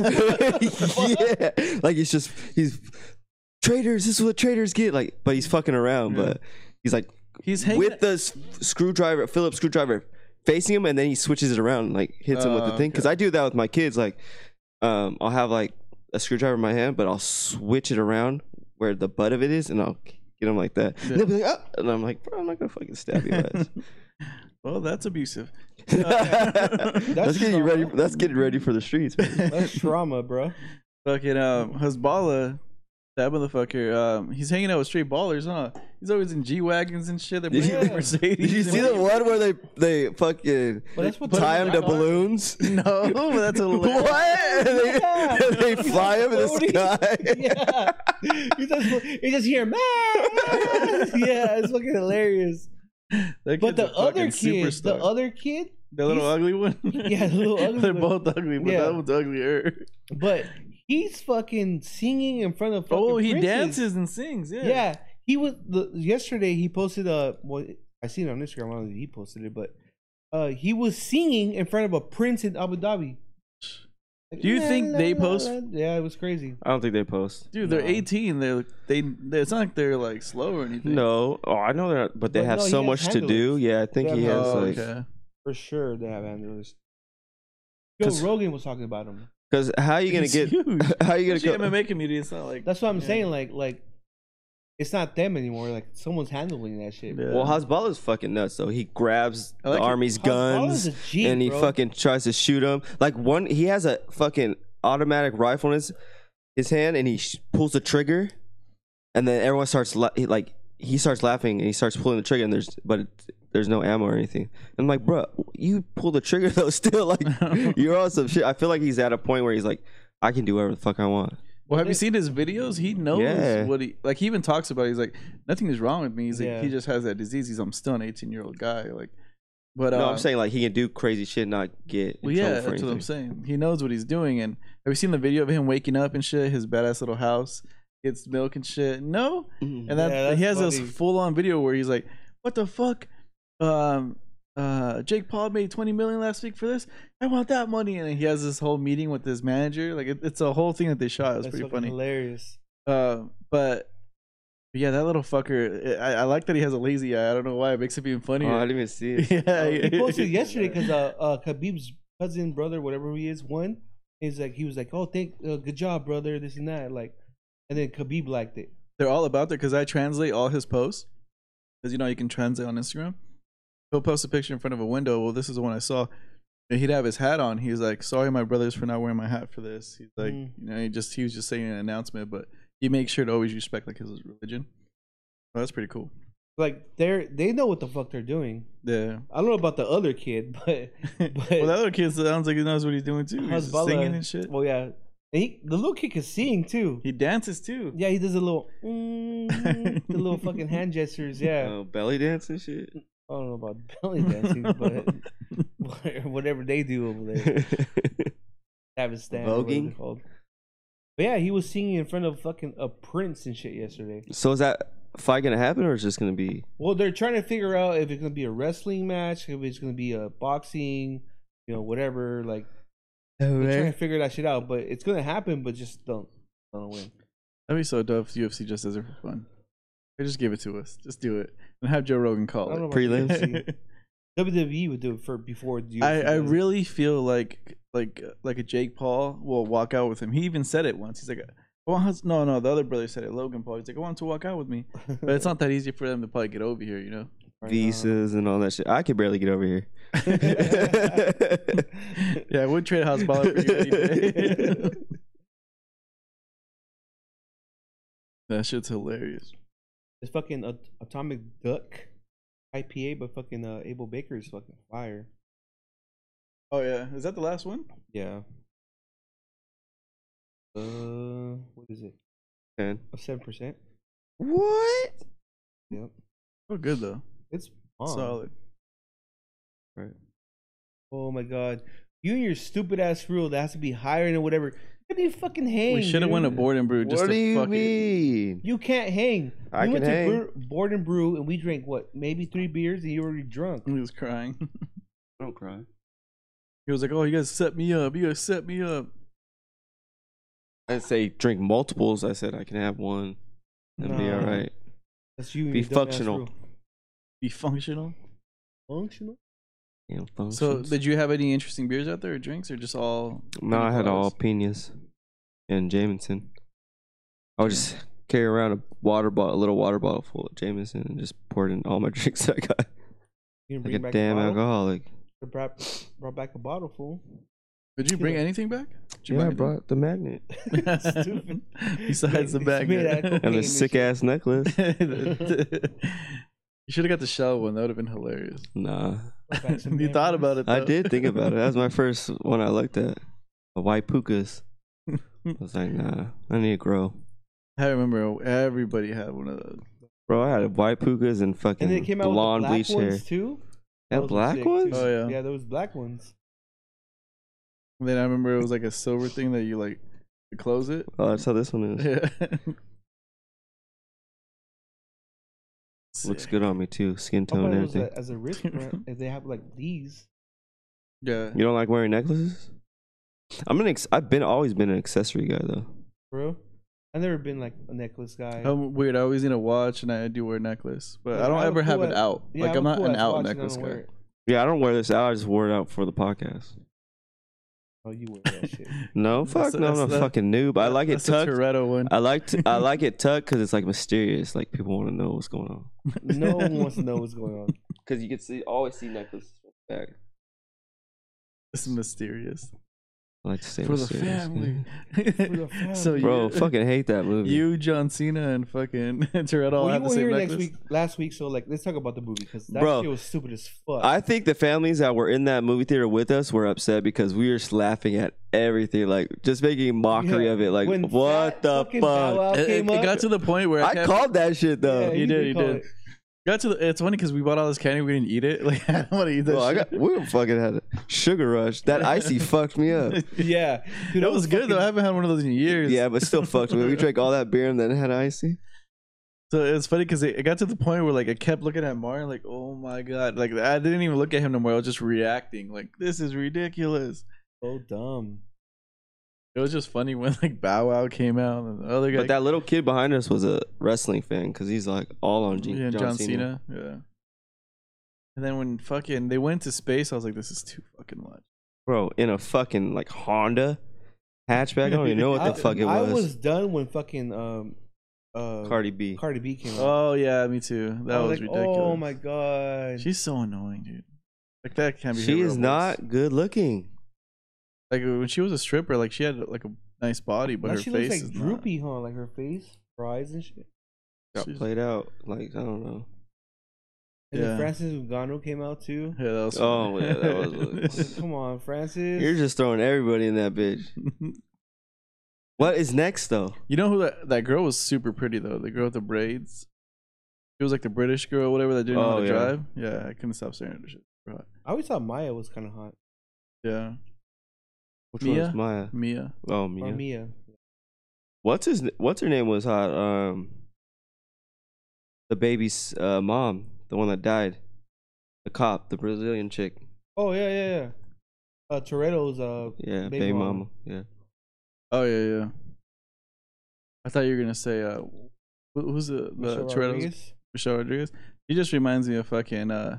[SPEAKER 2] like he's just he's traitors. This is what traitors get. Like, but he's fucking around.
[SPEAKER 1] Yeah.
[SPEAKER 2] But he's like
[SPEAKER 1] He's hanging
[SPEAKER 2] with the s- screwdriver, Phillips screwdriver, facing him, and then he switches it around, like hits him with the
[SPEAKER 1] Oh,
[SPEAKER 2] thing. Because I do that with my kids. Like, um, I'll have like a screwdriver in my hand, but I'll switch it around where the butt of it is, and I'll get him like that.
[SPEAKER 1] Yeah.
[SPEAKER 2] And they'll be like, oh, and I'm like, bro, I'm not gonna fucking stab your ass.
[SPEAKER 1] well, Oh, that's abusive.
[SPEAKER 2] that's, getting you ready. That's getting ready for the streets. man.
[SPEAKER 3] That's trauma, bro.
[SPEAKER 1] Fucking um, Hezbollah, that motherfucker. Um, he's hanging out with straight ballers, huh? He's always in G wagons and shit. They're
[SPEAKER 2] Did
[SPEAKER 1] bringing
[SPEAKER 2] you-
[SPEAKER 1] like Mercedes.
[SPEAKER 2] Did you
[SPEAKER 1] and-
[SPEAKER 2] see the one where they they fucking
[SPEAKER 3] But that's what
[SPEAKER 2] tie him to
[SPEAKER 3] that's what-
[SPEAKER 2] balloons?
[SPEAKER 1] No, but that's a
[SPEAKER 2] What? And they, and they fly him in the sky.
[SPEAKER 3] Yeah, you just you just hear man. yeah, it's fucking hilarious. But the other kid, the other kid,
[SPEAKER 1] the little
[SPEAKER 3] he's-
[SPEAKER 1] ugly one.
[SPEAKER 3] Yeah, the little ugly
[SPEAKER 1] They're
[SPEAKER 3] one.
[SPEAKER 1] both ugly, but
[SPEAKER 3] Yeah.
[SPEAKER 1] that one's uglier.
[SPEAKER 3] but he's fucking singing in front of. Fucking
[SPEAKER 1] Oh, he
[SPEAKER 3] princes.
[SPEAKER 1] dances and sings. Yeah.
[SPEAKER 3] Yeah, he was the, yesterday. He posted a. Well, I seen it on Instagram. I don't know if he posted it, but uh, he was singing in front of a prince in Abu Dhabi.
[SPEAKER 1] Do you think they post-
[SPEAKER 3] Yeah, it was crazy.
[SPEAKER 2] I don't think they post.
[SPEAKER 1] Dude, they're
[SPEAKER 3] No.
[SPEAKER 1] 18. They're they. They're, it's not like they're like slow or anything.
[SPEAKER 2] No, oh, I know that, but they
[SPEAKER 3] But
[SPEAKER 2] have
[SPEAKER 3] no, he
[SPEAKER 2] so
[SPEAKER 3] has
[SPEAKER 2] much to
[SPEAKER 3] handlers.
[SPEAKER 2] do. Yeah, I think
[SPEAKER 3] Yeah,
[SPEAKER 2] he has
[SPEAKER 1] Oh,
[SPEAKER 2] like
[SPEAKER 1] okay.
[SPEAKER 3] For sure, they have handlers. Joe
[SPEAKER 2] 'Cause-
[SPEAKER 3] Rogan was talking about him.
[SPEAKER 2] because how you gonna
[SPEAKER 1] It's
[SPEAKER 2] get
[SPEAKER 1] huge.
[SPEAKER 2] how you
[SPEAKER 1] Especially
[SPEAKER 2] gonna go?
[SPEAKER 1] MMA community. It's not like
[SPEAKER 3] That's what I'm
[SPEAKER 1] Yeah.
[SPEAKER 3] saying. Like, like it's not them anymore. Like someone's handling that shit.
[SPEAKER 1] Yeah.
[SPEAKER 2] Well, Hezbollah's fucking nuts though. He grabs
[SPEAKER 1] I like
[SPEAKER 2] the
[SPEAKER 1] it.
[SPEAKER 2] army's
[SPEAKER 3] Hezbollah's
[SPEAKER 2] guns
[SPEAKER 3] a G,
[SPEAKER 2] and he
[SPEAKER 3] bro.
[SPEAKER 2] fucking tries to shoot him. Like one, he has a fucking automatic rifle in his, his hand and he sh- pulls the trigger, and then everyone starts la- he, like he starts laughing and he starts pulling the trigger and there's but it, there's no ammo or anything. I'm like, bro, you pull the trigger though. Still, like you're on some shit. I feel like he's at a point where he's like, I can do whatever the fuck I want.
[SPEAKER 1] Well, have you seen his videos? He knows
[SPEAKER 2] Yeah.
[SPEAKER 1] what he like. He even talks about. It. He's like, nothing is wrong with me. He's like,
[SPEAKER 3] Yeah.
[SPEAKER 1] he just has that disease. He's I'm still an 18 year old guy. Like, but
[SPEAKER 2] no,
[SPEAKER 1] uh,
[SPEAKER 2] I'm saying like he can do crazy shit, and not get. In
[SPEAKER 1] well, yeah,
[SPEAKER 2] trouble
[SPEAKER 1] that's
[SPEAKER 2] for anything.
[SPEAKER 1] what I'm saying. He knows what he's doing. And have you seen the video of him waking up and shit? His badass little house gets milk and shit. No,
[SPEAKER 2] Mm.
[SPEAKER 1] and that
[SPEAKER 3] Yeah, that's
[SPEAKER 1] he has this
[SPEAKER 3] funny.
[SPEAKER 1] full on video where he's like, "What the fuck? Um, uh, Jake Paul made 20 million last week for this. I want that money." And he has this whole meeting with his manager. Like, it, it's a whole thing that they shot. It was
[SPEAKER 3] That's
[SPEAKER 1] pretty
[SPEAKER 3] fucking
[SPEAKER 1] funny.
[SPEAKER 3] hilarious.
[SPEAKER 1] Uh, but but yeah, that little fucker. I, I like that he has a lazy eye. I don't know why. It makes it even
[SPEAKER 2] Oh, I
[SPEAKER 1] funnier.
[SPEAKER 2] didn't even see it.
[SPEAKER 1] yeah,
[SPEAKER 3] Oh, He posted yesterday because uh, uh, Khabib's cousin, brother, whatever he is, won. He's like, he was like, oh, thank, uh, good job, brother, this and that, like, and then Khabib liked it.
[SPEAKER 1] they're all about that because I translate all his posts because you know you can translate on Instagram. He'll post a picture in front of a window. Well, this is the one I saw. And he'd have his hat on. He's like, "Sorry, my brothers, for not wearing my hat for this." He's like,
[SPEAKER 3] Mm.
[SPEAKER 1] you know, he just he was just saying an announcement, but he makes sure to always respect like his religion. Well, that's pretty cool.
[SPEAKER 3] Like, they're they know what the fuck they're doing.
[SPEAKER 1] Yeah.
[SPEAKER 3] I don't know about the other kid, but
[SPEAKER 1] well,
[SPEAKER 3] But-
[SPEAKER 1] that other kid sounds like he knows what he's doing too. He's just
[SPEAKER 3] Hezbollah-
[SPEAKER 1] singing and shit.
[SPEAKER 3] Well, yeah, and he, the little kid can sing too.
[SPEAKER 1] He dances too.
[SPEAKER 3] Yeah, he does a little, mm, the little fucking hand gestures. Yeah,
[SPEAKER 2] Oh, belly dance and shit.
[SPEAKER 1] Oh.
[SPEAKER 3] I don't know about belly dancing, but whatever they do over there. Travis Stan. or whatever
[SPEAKER 2] Voguing?
[SPEAKER 3] they're called. But yeah, he was singing in front of fucking a prince and shit yesterday.
[SPEAKER 2] so is that fight gonna happen or is this gonna be?
[SPEAKER 3] Well, they're trying to figure out if it's gonna be a wrestling match, if it's gonna be a boxing, you know, whatever. Like they're trying to figure that shit out, but it's gonna happen. But just don't, don't win.
[SPEAKER 1] That'd be so dope if UFC just does it for fun. They just give it to us. Just do it. And have Joe Rogan
[SPEAKER 3] I don't
[SPEAKER 1] call
[SPEAKER 3] know about
[SPEAKER 2] prelims?
[SPEAKER 3] UFC.
[SPEAKER 1] it.
[SPEAKER 3] WWE E would do it for before you.
[SPEAKER 1] I, I really feel like like like a Jake Paul will walk out with him. He even said it once. He's like, I want his-" no no the other brother said it. Logan Paul. He's like, I want him to walk out with me, but it's not that easy for them to probably get over here. You know.
[SPEAKER 2] Visas and all that shit. I could barely get over here.
[SPEAKER 1] yeah, I would trade house ball for you. any day. that shit's hilarious.
[SPEAKER 3] It's fucking At- Atomic Duck IPA, but fucking uh, Abel Baker is fucking fire.
[SPEAKER 1] Oh yeah, is that the last one?
[SPEAKER 3] Yeah. Uh, what is it? Oh,
[SPEAKER 2] Man.
[SPEAKER 3] Seven percent.
[SPEAKER 2] What?
[SPEAKER 3] Yep.
[SPEAKER 1] Oh, good though.
[SPEAKER 3] It's bomb.
[SPEAKER 1] Solid.
[SPEAKER 3] Oh my god, you and your stupid ass rule that has to be higher than whatever. couldn't even fucking hang.
[SPEAKER 1] we should have went to
[SPEAKER 3] dude.
[SPEAKER 1] Board and Brew just
[SPEAKER 2] what
[SPEAKER 1] to
[SPEAKER 2] do you
[SPEAKER 1] fuck it.
[SPEAKER 2] mean?
[SPEAKER 3] You can't hang.
[SPEAKER 2] I
[SPEAKER 3] we
[SPEAKER 2] can
[SPEAKER 3] went
[SPEAKER 2] hang.
[SPEAKER 3] to brew, board and brew, and we drank what, maybe three beers, and you were already drunk.
[SPEAKER 1] He was crying.
[SPEAKER 4] Don't cry.
[SPEAKER 1] He was like, "Oh, you guys set me up. You guys set me up."
[SPEAKER 2] I didn't say drink multiples. I said I can have one and be
[SPEAKER 3] Nah.
[SPEAKER 2] all right.
[SPEAKER 3] That's you. and
[SPEAKER 2] Be
[SPEAKER 3] your dumbass
[SPEAKER 2] functional.
[SPEAKER 3] rule.
[SPEAKER 1] Be functional.
[SPEAKER 3] Functional.
[SPEAKER 2] You know,
[SPEAKER 1] So,
[SPEAKER 2] functions.
[SPEAKER 1] did you have any interesting beers out there, or drinks, or just all?
[SPEAKER 2] no, I had all
[SPEAKER 1] Bars?
[SPEAKER 2] pinas and Jameson. I would just carry around a water bottle, a little water bottle full of Jameson, and just poured in all my drinks I got.
[SPEAKER 3] You can
[SPEAKER 2] Like a
[SPEAKER 3] back
[SPEAKER 2] damn
[SPEAKER 3] bottle.
[SPEAKER 2] alcoholic.
[SPEAKER 3] I Brought, brought back a bottle full.
[SPEAKER 1] Did you bring anything back? Did you
[SPEAKER 2] yeah,
[SPEAKER 1] bring
[SPEAKER 2] I
[SPEAKER 1] anything?
[SPEAKER 2] brought the magnet
[SPEAKER 3] Stupid.
[SPEAKER 1] Besides the
[SPEAKER 3] It's
[SPEAKER 1] bag.
[SPEAKER 3] made out of
[SPEAKER 2] and a
[SPEAKER 3] Cocaine and
[SPEAKER 2] sick
[SPEAKER 3] shit.
[SPEAKER 2] ass necklace.
[SPEAKER 1] you should have got the shell one. That would have been hilarious.
[SPEAKER 2] Nah,
[SPEAKER 3] Brought back some
[SPEAKER 1] you
[SPEAKER 3] damn
[SPEAKER 1] thought
[SPEAKER 3] beers.
[SPEAKER 1] about it.
[SPEAKER 2] I
[SPEAKER 1] though.
[SPEAKER 2] did think about it. That was my first one I looked at. The white pukas. I was like, nah, I need to grow.
[SPEAKER 1] I remember everybody had one of those.
[SPEAKER 2] Bro, I had white pukas and fucking
[SPEAKER 3] And then it came out
[SPEAKER 2] blonde
[SPEAKER 3] with
[SPEAKER 2] bleach
[SPEAKER 3] the black
[SPEAKER 2] hair.
[SPEAKER 3] ones too.
[SPEAKER 2] That
[SPEAKER 3] Those were
[SPEAKER 2] black
[SPEAKER 3] sick, too.
[SPEAKER 2] ones?
[SPEAKER 1] Oh, yeah.
[SPEAKER 3] Yeah, those black ones.
[SPEAKER 1] And then I remember it was like a silver thing that you like to close it.
[SPEAKER 2] Oh, that's how this one is.
[SPEAKER 1] Yeah.
[SPEAKER 2] Looks
[SPEAKER 1] Sick.
[SPEAKER 2] good on me too. Skin
[SPEAKER 3] I
[SPEAKER 2] tone
[SPEAKER 3] thought
[SPEAKER 2] and
[SPEAKER 3] it was
[SPEAKER 2] everything.
[SPEAKER 3] a, as a wristband. if they have like these,
[SPEAKER 1] Yeah.
[SPEAKER 2] You don't like wearing necklaces? I'm an ex- I've been always been an accessory guy though.
[SPEAKER 3] bro. I've never been like a necklace guy.
[SPEAKER 1] I'm weird. I always need a watch and I do wear a necklace, but
[SPEAKER 3] Yeah,
[SPEAKER 1] I don't
[SPEAKER 3] I have a
[SPEAKER 1] ever have
[SPEAKER 3] cool
[SPEAKER 1] it
[SPEAKER 3] ass-
[SPEAKER 1] out.
[SPEAKER 3] Yeah,
[SPEAKER 1] like
[SPEAKER 3] I
[SPEAKER 1] I'm not
[SPEAKER 3] have a
[SPEAKER 1] an
[SPEAKER 3] cool-ass watch
[SPEAKER 1] out
[SPEAKER 3] and I
[SPEAKER 1] necklace
[SPEAKER 3] don't wear
[SPEAKER 1] guy.
[SPEAKER 3] it.
[SPEAKER 2] Yeah, I don't wear this out. I just wore it out for the podcast.
[SPEAKER 3] Oh, you wear that shit.
[SPEAKER 2] No, fuck
[SPEAKER 1] That's-
[SPEAKER 2] no, I'm
[SPEAKER 1] that's
[SPEAKER 2] a
[SPEAKER 1] the-
[SPEAKER 2] fucking noob. I like it
[SPEAKER 1] That's the
[SPEAKER 2] tucked.
[SPEAKER 1] Toretto one.
[SPEAKER 2] I like to, I like it tucked because it's like mysterious. Like people want to know what's going on.
[SPEAKER 3] No one wants to know what's going on.
[SPEAKER 2] Because you can see always see necklaces back.
[SPEAKER 1] It's mysterious
[SPEAKER 2] I like to stay
[SPEAKER 1] for the
[SPEAKER 2] mysterious.
[SPEAKER 1] family.
[SPEAKER 2] yeah.
[SPEAKER 3] family.
[SPEAKER 1] so you,
[SPEAKER 2] Bro, fucking hate that movie.
[SPEAKER 1] you, John Cena, and fucking Toretto all
[SPEAKER 3] well, you
[SPEAKER 1] have the
[SPEAKER 3] were
[SPEAKER 1] same
[SPEAKER 3] here next
[SPEAKER 1] necklace.
[SPEAKER 3] week, last week, so like, let's talk about the movie because that
[SPEAKER 2] Bro,
[SPEAKER 3] shit was stupid as fuck.
[SPEAKER 2] I think the families that were in that movie theater with us were upset because we were just laughing at everything, like just making mockery
[SPEAKER 3] Yeah,
[SPEAKER 2] of it. Like,
[SPEAKER 3] when
[SPEAKER 2] what
[SPEAKER 3] that
[SPEAKER 2] the
[SPEAKER 3] fucking Bow Wow
[SPEAKER 2] fuck?
[SPEAKER 1] It, it-
[SPEAKER 3] came
[SPEAKER 1] it
[SPEAKER 3] up-
[SPEAKER 1] got to the point where
[SPEAKER 2] I
[SPEAKER 1] kept-
[SPEAKER 2] called that shit though.
[SPEAKER 3] Yeah,
[SPEAKER 1] you did, you
[SPEAKER 3] call
[SPEAKER 1] did.
[SPEAKER 3] it.
[SPEAKER 1] Got to the. It's funny because we bought all this candy, we didn't eat it. Like I don't want to eat that.
[SPEAKER 2] Bro, I
[SPEAKER 1] shit.
[SPEAKER 2] got we fucking had a sugar rush. That icy fucked me up.
[SPEAKER 3] Yeah, dude,
[SPEAKER 1] that
[SPEAKER 3] I
[SPEAKER 1] was good though. I
[SPEAKER 3] fucking-
[SPEAKER 1] haven't had one of those in years.
[SPEAKER 2] Yeah, but still fucked me. We drank all that beer and then had icy.
[SPEAKER 1] So it's funny because it, it got to the point where like I kept looking at Mario like, oh my god, like I didn't even look at him no more. I was just reacting like, this is ridiculous.
[SPEAKER 3] So dumb.
[SPEAKER 1] It was just funny when like Bow Wow came out and the other guy.
[SPEAKER 2] But that little kid behind us was a wrestling fan because he's like all on G-
[SPEAKER 1] yeah,
[SPEAKER 2] John, Cena.
[SPEAKER 1] yeah. And then when fucking they went to space, I was like, this is too fucking much.
[SPEAKER 2] Bro, in a fucking like Honda hatchback. I don't even know what the
[SPEAKER 3] I,
[SPEAKER 2] fuck it
[SPEAKER 3] I
[SPEAKER 2] was.
[SPEAKER 3] was done when fucking um, uh, Cardi,
[SPEAKER 2] Cardi B.
[SPEAKER 3] B came out.
[SPEAKER 1] Oh yeah, me too. That
[SPEAKER 3] I
[SPEAKER 1] was,
[SPEAKER 3] like,
[SPEAKER 1] ridiculous.
[SPEAKER 3] Oh my god.
[SPEAKER 1] She's so annoying, dude. Like that can't be. her
[SPEAKER 2] She
[SPEAKER 1] real
[SPEAKER 2] is
[SPEAKER 1] voice.
[SPEAKER 2] not good looking.
[SPEAKER 1] like when she was a stripper. Like she had like a nice body, but
[SPEAKER 3] now
[SPEAKER 1] her
[SPEAKER 3] she
[SPEAKER 1] face
[SPEAKER 3] looks
[SPEAKER 1] is
[SPEAKER 3] like
[SPEAKER 1] not.
[SPEAKER 3] droopy, huh? Like her face, her eyes and shit.
[SPEAKER 2] Got
[SPEAKER 1] She's-
[SPEAKER 2] played out. Like I don't know.
[SPEAKER 3] And
[SPEAKER 1] Yeah.
[SPEAKER 3] then Francis Ngannou came out too.
[SPEAKER 1] Yeah, that was.
[SPEAKER 2] Oh,
[SPEAKER 1] funny.
[SPEAKER 2] yeah, that was-
[SPEAKER 3] Come on, Francis.
[SPEAKER 2] You're just throwing everybody in that bitch. What is next though?
[SPEAKER 1] you know who that that girl was super pretty though. The girl with the braids. It was like the British girl, whatever that didn't know how
[SPEAKER 2] Oh,
[SPEAKER 1] to
[SPEAKER 2] yeah.
[SPEAKER 1] drive. Yeah, I couldn't stop staring at her. Shit. Right.
[SPEAKER 3] I always thought Maya was kind of hot.
[SPEAKER 1] Yeah,
[SPEAKER 2] Which
[SPEAKER 1] Mia?
[SPEAKER 2] one's Maya?
[SPEAKER 1] Mia.
[SPEAKER 2] Oh,
[SPEAKER 3] Or
[SPEAKER 2] Mia.
[SPEAKER 3] Mia.
[SPEAKER 2] What's his? What's her name was hot. Um, the baby's uh, mom, the one that died, the cop, the Brazilian chick.
[SPEAKER 3] Oh yeah, yeah, yeah. Uh, Toretto's. Uh,
[SPEAKER 2] Yeah,
[SPEAKER 3] Baby
[SPEAKER 2] baby, mama.
[SPEAKER 3] mama.
[SPEAKER 2] Yeah,
[SPEAKER 1] Oh yeah, yeah. I thought you were gonna say uh, who, who's the the
[SPEAKER 3] Michelle
[SPEAKER 1] Toretto's
[SPEAKER 3] Rodriguez.
[SPEAKER 1] Michelle Rodriguez. He just reminds me of fucking uh,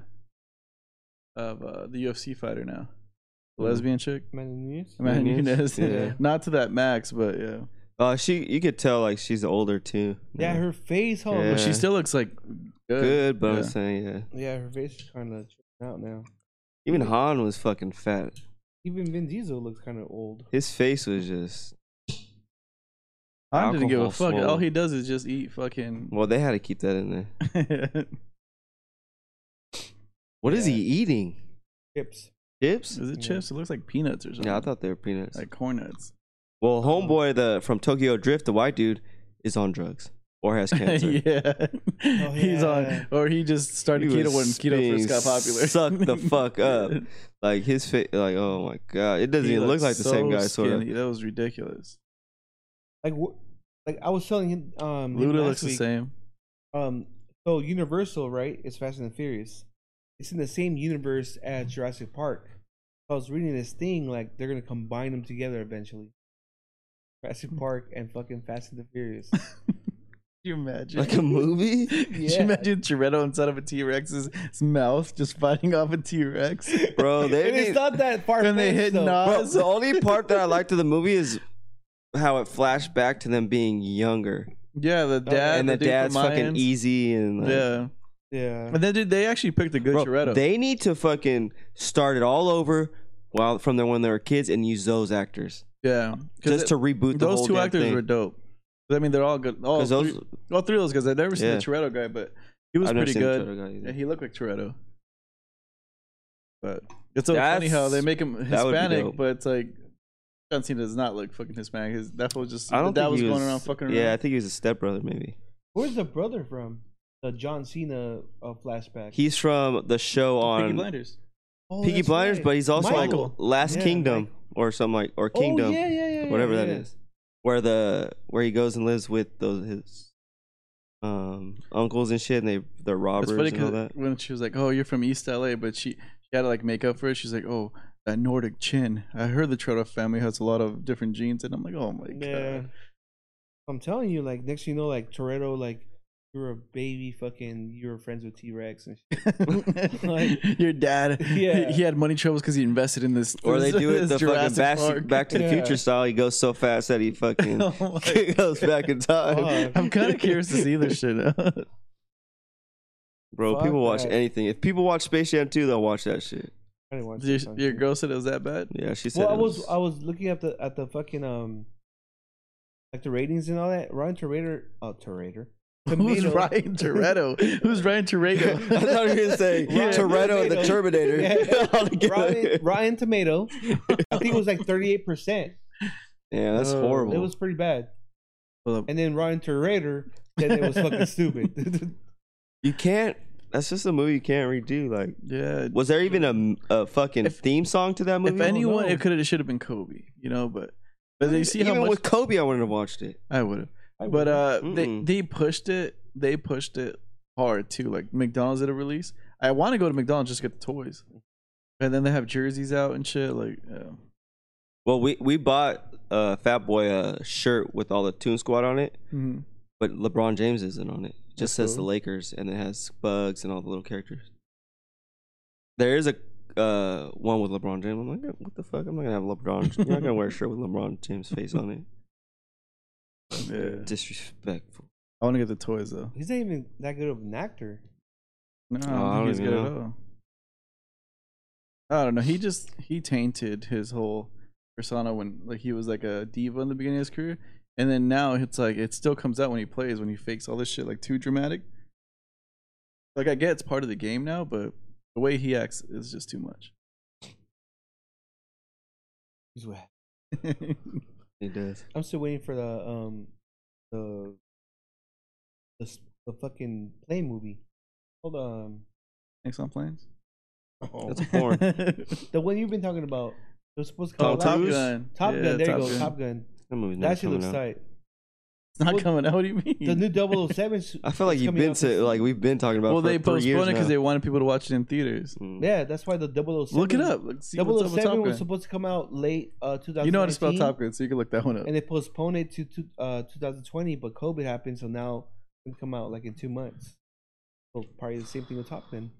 [SPEAKER 1] of uh, the UFC fighter now, the
[SPEAKER 2] Who?
[SPEAKER 1] lesbian chick.
[SPEAKER 3] Amanda Nunes.
[SPEAKER 1] Amanda
[SPEAKER 2] Nunes?
[SPEAKER 1] Nunes.
[SPEAKER 2] Hmm. Yeah.
[SPEAKER 1] Not to that max, but yeah.
[SPEAKER 2] uh, she. You could tell like she's older too.
[SPEAKER 3] Yeah,
[SPEAKER 2] now.
[SPEAKER 3] her face, huh?
[SPEAKER 2] Yeah.
[SPEAKER 1] But she still looks like good.
[SPEAKER 2] good, but I'm
[SPEAKER 1] Yeah.
[SPEAKER 2] saying yeah.
[SPEAKER 3] Yeah, her face is kind of out now.
[SPEAKER 2] Even Han was fucking fat.
[SPEAKER 3] Even Vin Diesel looks kind of old.
[SPEAKER 2] His face was just.
[SPEAKER 1] I didn't give a
[SPEAKER 2] Alcohol
[SPEAKER 1] fuck. All
[SPEAKER 2] swole.
[SPEAKER 1] he does is just eat fucking.
[SPEAKER 2] Well, they had to keep that in there.
[SPEAKER 1] is
[SPEAKER 2] What is
[SPEAKER 3] Yeah.
[SPEAKER 2] he eating?
[SPEAKER 3] Hips.
[SPEAKER 2] Chips?
[SPEAKER 1] it chips? It looks like peanuts or something.
[SPEAKER 2] Yeah, I thought they were peanuts.
[SPEAKER 1] like Oh. corn nuts.
[SPEAKER 2] well, homeboy the from Tokyo Drift, the white dude, is on drugs or has cancer.
[SPEAKER 1] yeah. he's
[SPEAKER 3] Oh, yeah.
[SPEAKER 1] on, or he just started
[SPEAKER 2] He
[SPEAKER 1] keto when
[SPEAKER 2] was
[SPEAKER 1] keto
[SPEAKER 2] being
[SPEAKER 1] first got popular.
[SPEAKER 2] sucked the fuck up. Like his face, like oh my god, it doesn't
[SPEAKER 1] He
[SPEAKER 2] even look
[SPEAKER 1] looked
[SPEAKER 2] like the same
[SPEAKER 1] so
[SPEAKER 2] guy. Sort of.
[SPEAKER 1] skinny. That was ridiculous.
[SPEAKER 3] Like, wh- like I was telling him, um, him
[SPEAKER 1] Luda
[SPEAKER 3] last
[SPEAKER 1] looks the
[SPEAKER 3] week,
[SPEAKER 1] same.
[SPEAKER 3] Um, so Universal, right? It's Fast and the Furious. It's in the same universe as Jurassic Park. I was reading this thing like they're gonna combine them together eventually. Jurassic Park and fucking Fast and the Furious.
[SPEAKER 1] Could you imagine?
[SPEAKER 2] Like a movie?
[SPEAKER 1] Could you
[SPEAKER 3] Yeah.
[SPEAKER 1] imagine Toretto inside of a T Rex's mouth just fighting off a T Rex?
[SPEAKER 2] Bro, they
[SPEAKER 3] and it's
[SPEAKER 2] need-
[SPEAKER 3] not that far.
[SPEAKER 1] And they hit
[SPEAKER 3] though.
[SPEAKER 1] Nas.
[SPEAKER 2] Bro, the only part that I liked of the movie is how it flashed back to them being younger.
[SPEAKER 1] Yeah, the dad
[SPEAKER 2] Oh, and the,
[SPEAKER 1] dude from
[SPEAKER 2] dad's fucking
[SPEAKER 1] Mayans.
[SPEAKER 2] easy and like,
[SPEAKER 1] Yeah,
[SPEAKER 3] Yeah.
[SPEAKER 1] and then dude, they actually picked a good
[SPEAKER 2] Bro,
[SPEAKER 1] Toretto.
[SPEAKER 2] They need to fucking start it all over while from there when they were kids and use those actors
[SPEAKER 1] yeah, 'Cause
[SPEAKER 2] just
[SPEAKER 1] it-
[SPEAKER 2] to reboot the
[SPEAKER 1] those
[SPEAKER 2] whole
[SPEAKER 1] two
[SPEAKER 2] damn
[SPEAKER 1] actors
[SPEAKER 2] thing.
[SPEAKER 1] were dope. I mean, they're all good. All
[SPEAKER 2] 'Cause those-
[SPEAKER 1] three, all three of those guys. I've never seen
[SPEAKER 2] Yeah.
[SPEAKER 1] the Toretto guy, but he was
[SPEAKER 2] I've never
[SPEAKER 1] pretty
[SPEAKER 2] seen the
[SPEAKER 1] good.
[SPEAKER 2] Toretto guy either.
[SPEAKER 1] Yeah, he looked like Toretto. But it's so funny
[SPEAKER 2] That's-
[SPEAKER 1] how they make him
[SPEAKER 2] that would be dope.
[SPEAKER 1] Hispanic, but it's like John Cena does not look fucking Hispanic. His that was just
[SPEAKER 2] I
[SPEAKER 1] the
[SPEAKER 2] don't
[SPEAKER 1] dad
[SPEAKER 2] think
[SPEAKER 1] was
[SPEAKER 2] he
[SPEAKER 1] going
[SPEAKER 2] was,
[SPEAKER 1] around fucking around.
[SPEAKER 2] Yeah, I think he was a stepbrother maybe.
[SPEAKER 3] Where's the brother from? The John Cena uh, flashback.
[SPEAKER 2] He's from the show on
[SPEAKER 1] Peaky Blinders.
[SPEAKER 3] oh,
[SPEAKER 2] Peaky
[SPEAKER 3] that's
[SPEAKER 2] Blinders,
[SPEAKER 3] right.
[SPEAKER 2] but he's also
[SPEAKER 3] Michael.
[SPEAKER 2] Last
[SPEAKER 3] Yeah,
[SPEAKER 2] Kingdom
[SPEAKER 3] Michael.
[SPEAKER 2] or something like or Kingdom,
[SPEAKER 3] Oh, yeah, yeah, yeah, yeah,
[SPEAKER 2] whatever that
[SPEAKER 3] yeah.
[SPEAKER 2] is, where the where he goes and lives with those his um uncles and shit, and they they're
[SPEAKER 1] It's
[SPEAKER 2] robbers
[SPEAKER 1] funny
[SPEAKER 2] and all
[SPEAKER 1] because
[SPEAKER 2] that.
[SPEAKER 1] when she was like, "Oh, you're from East LA," but she she had to like make up for it. She's like, "Oh, that Nordic chin." I heard the Trotta family has a lot of different genes, and I'm like, "Oh my
[SPEAKER 3] Yeah.
[SPEAKER 1] god."
[SPEAKER 3] I'm telling you, like next thing you know, like Toretto, like you're a baby, fucking, you were friends with T Rex and shit. Like-
[SPEAKER 1] Your dad,
[SPEAKER 3] Yeah.
[SPEAKER 1] he, he had money troubles because he invested in this.
[SPEAKER 2] Or they
[SPEAKER 1] this-
[SPEAKER 2] do it
[SPEAKER 1] this
[SPEAKER 2] the fucking
[SPEAKER 1] Jurassic
[SPEAKER 2] back,
[SPEAKER 1] Park.
[SPEAKER 2] back to the
[SPEAKER 3] Yeah.
[SPEAKER 2] future style. He goes so fast that he fucking
[SPEAKER 1] Oh my
[SPEAKER 2] goes back in time.
[SPEAKER 3] Fuck.
[SPEAKER 1] I'm kind of curious to see this shit.
[SPEAKER 2] Bro,
[SPEAKER 3] Fuck
[SPEAKER 2] people watch
[SPEAKER 3] that.
[SPEAKER 2] anything. If people watch Space Jam 2, they'll watch that shit.
[SPEAKER 3] I didn't watch
[SPEAKER 1] your,
[SPEAKER 3] that
[SPEAKER 1] your
[SPEAKER 3] shit.
[SPEAKER 1] girl said it was that bad.
[SPEAKER 2] Yeah, she said.
[SPEAKER 3] Well, I
[SPEAKER 2] it
[SPEAKER 3] was I was looking at the at the fucking um, like the ratings and all that. Ryan Toretto, oh Toretto,
[SPEAKER 1] Who's Ryan Toretto? Who's Ryan
[SPEAKER 2] I
[SPEAKER 1] Toretto?
[SPEAKER 2] thought you were gonna say
[SPEAKER 1] Yeah.
[SPEAKER 2] Toretto and the
[SPEAKER 3] Tomato.
[SPEAKER 2] Terminator.
[SPEAKER 3] Yeah.
[SPEAKER 2] All together.
[SPEAKER 3] Ryan, Ryan Tomato. I think it was like thirty eight percent.
[SPEAKER 2] yeah, that's
[SPEAKER 1] Oh.
[SPEAKER 2] horrible.
[SPEAKER 3] Uh, It was pretty bad.
[SPEAKER 1] Well,
[SPEAKER 3] And then Ryan Toretto said it was fucking stupid.
[SPEAKER 2] you can't. That's just a movie you can't redo. Like,
[SPEAKER 1] yeah.
[SPEAKER 2] was there even a, a fucking
[SPEAKER 1] If-
[SPEAKER 2] theme song to that movie?
[SPEAKER 1] If anyone,
[SPEAKER 2] No.
[SPEAKER 1] it could have, it should have been Kobe. You know, but but they see
[SPEAKER 2] even
[SPEAKER 1] how much
[SPEAKER 2] with Kobe, I wouldn't have watched it.
[SPEAKER 1] I would have.
[SPEAKER 3] I
[SPEAKER 1] But uh, they
[SPEAKER 2] Mm-mm.
[SPEAKER 1] they pushed it. They pushed it hard too. Like McDonald's at a release. I want to go to McDonald's just to get the toys, and then they have jerseys out and shit. Like, yeah.
[SPEAKER 2] Well, we we bought uh, Fat Boy a shirt with all the Toon Squad on it,
[SPEAKER 1] Mhm.
[SPEAKER 2] but LeBron James isn't on it. It just
[SPEAKER 1] That's
[SPEAKER 2] says the
[SPEAKER 1] cool.
[SPEAKER 2] Lakers, and it has Bugs and all the little characters. There is a uh, one with LeBron James. I'm like, what the fuck? I'm not gonna have LeBron. You're not gonna wear a shirt with LeBron James' face on it.
[SPEAKER 1] yeah.
[SPEAKER 2] Disrespectful.
[SPEAKER 1] I want to get the toys though.
[SPEAKER 3] he's not even that good of an actor.
[SPEAKER 1] No, I don't
[SPEAKER 2] Oh, I
[SPEAKER 1] think
[SPEAKER 2] don't
[SPEAKER 1] he's
[SPEAKER 2] even
[SPEAKER 1] good at all. I don't know. He just he tainted his whole persona when like he was like a diva in the beginning of his career, and then now it's like it still comes out when he plays when he fakes all this shit like too dramatic. Like I get it's part of the game now, but the way he acts is just too much.
[SPEAKER 3] He's wet.
[SPEAKER 2] He does.
[SPEAKER 3] I'm still waiting for the um the the, s- the fucking play movie. Hold on,
[SPEAKER 1] Next on planes.
[SPEAKER 2] That's a porn.
[SPEAKER 1] oh,
[SPEAKER 3] the one you've been talking about. It was supposed to come
[SPEAKER 2] Oh,
[SPEAKER 3] out
[SPEAKER 2] Top
[SPEAKER 1] Top
[SPEAKER 2] Gun.
[SPEAKER 3] last-
[SPEAKER 1] Gun.
[SPEAKER 3] Top
[SPEAKER 1] Yeah,
[SPEAKER 3] Gun. There you go.
[SPEAKER 1] Gun.
[SPEAKER 3] Top Gun.
[SPEAKER 2] That movie's never
[SPEAKER 3] That shit
[SPEAKER 2] coming
[SPEAKER 3] looks
[SPEAKER 2] out.
[SPEAKER 3] tight.
[SPEAKER 1] It's not
[SPEAKER 3] Well,
[SPEAKER 1] coming out. What do you mean?
[SPEAKER 3] The new 007. 's-
[SPEAKER 2] I feel like
[SPEAKER 3] it's
[SPEAKER 2] you've
[SPEAKER 3] coming
[SPEAKER 2] been
[SPEAKER 3] out this-
[SPEAKER 2] to like we've been talking about.
[SPEAKER 1] well,
[SPEAKER 2] for
[SPEAKER 1] they
[SPEAKER 2] three years
[SPEAKER 1] postponed it because they
[SPEAKER 2] now.
[SPEAKER 1] wanted people to watch it in theaters.
[SPEAKER 2] Mm.
[SPEAKER 3] Yeah, that's why the 007.
[SPEAKER 1] Look it up. Look, see what's up with
[SPEAKER 3] 007
[SPEAKER 1] Top
[SPEAKER 3] was
[SPEAKER 1] Gun.
[SPEAKER 3] supposed to come out late uh 2019.
[SPEAKER 1] You know how to spell Top Gun, so you can look that one up.
[SPEAKER 3] And they postponed it to, to uh 2020, but COVID happened, so now it's gonna come out like in two months. So probably the same thing with Top Gun.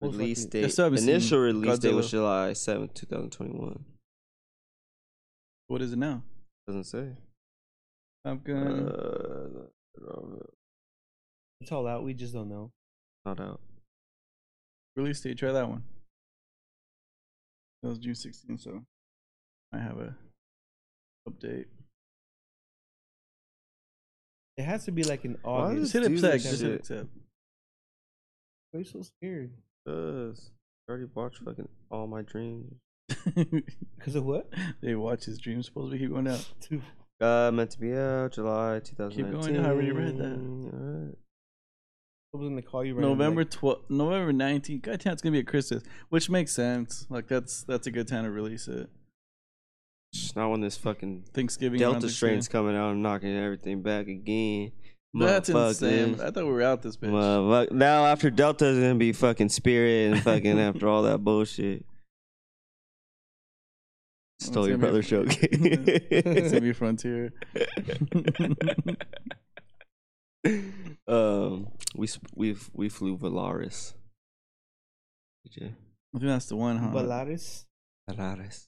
[SPEAKER 3] Most
[SPEAKER 2] Release
[SPEAKER 3] likely.
[SPEAKER 2] date.
[SPEAKER 1] still haven't seen
[SPEAKER 2] Initial release date was
[SPEAKER 1] Godzilla.
[SPEAKER 2] July seventh, two 2021.
[SPEAKER 1] What is it now?
[SPEAKER 2] Doesn't say.
[SPEAKER 1] Top Gun. Mm-hmm.
[SPEAKER 2] Uh,
[SPEAKER 3] It's all out. We just don't know.
[SPEAKER 2] not out.
[SPEAKER 1] Release date. Try that one. That was June 16th, so I have a update.
[SPEAKER 3] It has to be like in
[SPEAKER 2] Why
[SPEAKER 1] Just
[SPEAKER 3] August.
[SPEAKER 2] do
[SPEAKER 1] hit accept.
[SPEAKER 2] this
[SPEAKER 1] Just
[SPEAKER 2] shit?
[SPEAKER 1] hit accept.
[SPEAKER 3] Why are you so scared?
[SPEAKER 2] Does. I already watched fucking all my dreams.
[SPEAKER 3] Because of what?
[SPEAKER 1] they watch his dreams. Supposed to keep going out.
[SPEAKER 2] Uh, meant to be out July 2019.
[SPEAKER 1] I already read that.
[SPEAKER 2] Alright.
[SPEAKER 3] Someone's gonna call you right now, like,
[SPEAKER 1] November 12th, November 19th. God damn, it's gonna be a Christmas, which makes sense. Like that's that's a good time to release it.
[SPEAKER 2] It's Not when this fucking
[SPEAKER 1] Thanksgiving. around
[SPEAKER 2] Delta
[SPEAKER 1] Thanksgiving.
[SPEAKER 2] strain's coming out and knocking everything back again.
[SPEAKER 1] That's
[SPEAKER 2] Motherfuckers.
[SPEAKER 1] insane. I thought we were out this bitch.
[SPEAKER 2] Motherfuck- Now after Delta is gonna be fucking Spirit and fucking after all that bullshit. Stole
[SPEAKER 1] It's gonna
[SPEAKER 2] your
[SPEAKER 1] be-
[SPEAKER 2] brother's joke.
[SPEAKER 1] it's gonna be Frontier.
[SPEAKER 2] um, we sp- we we flew Valaris. Did you?
[SPEAKER 1] I think that's the one, huh?
[SPEAKER 3] Volaris.
[SPEAKER 2] Valaris.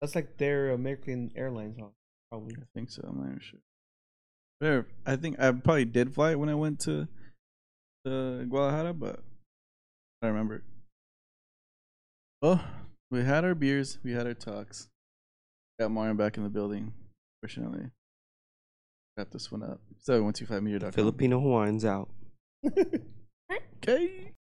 [SPEAKER 3] That's like their American Airlines one, probably.
[SPEAKER 1] I think so. I'm not even sure. There, I think I probably did fly it when I went to uh, Guadalajara, but I don't remember. Well, we had our beers, we had our talks. Got Marion back in the building, fortunately. Wrap this one up. 7125 meter.
[SPEAKER 2] Filipino Hawaiians out.
[SPEAKER 1] Okay.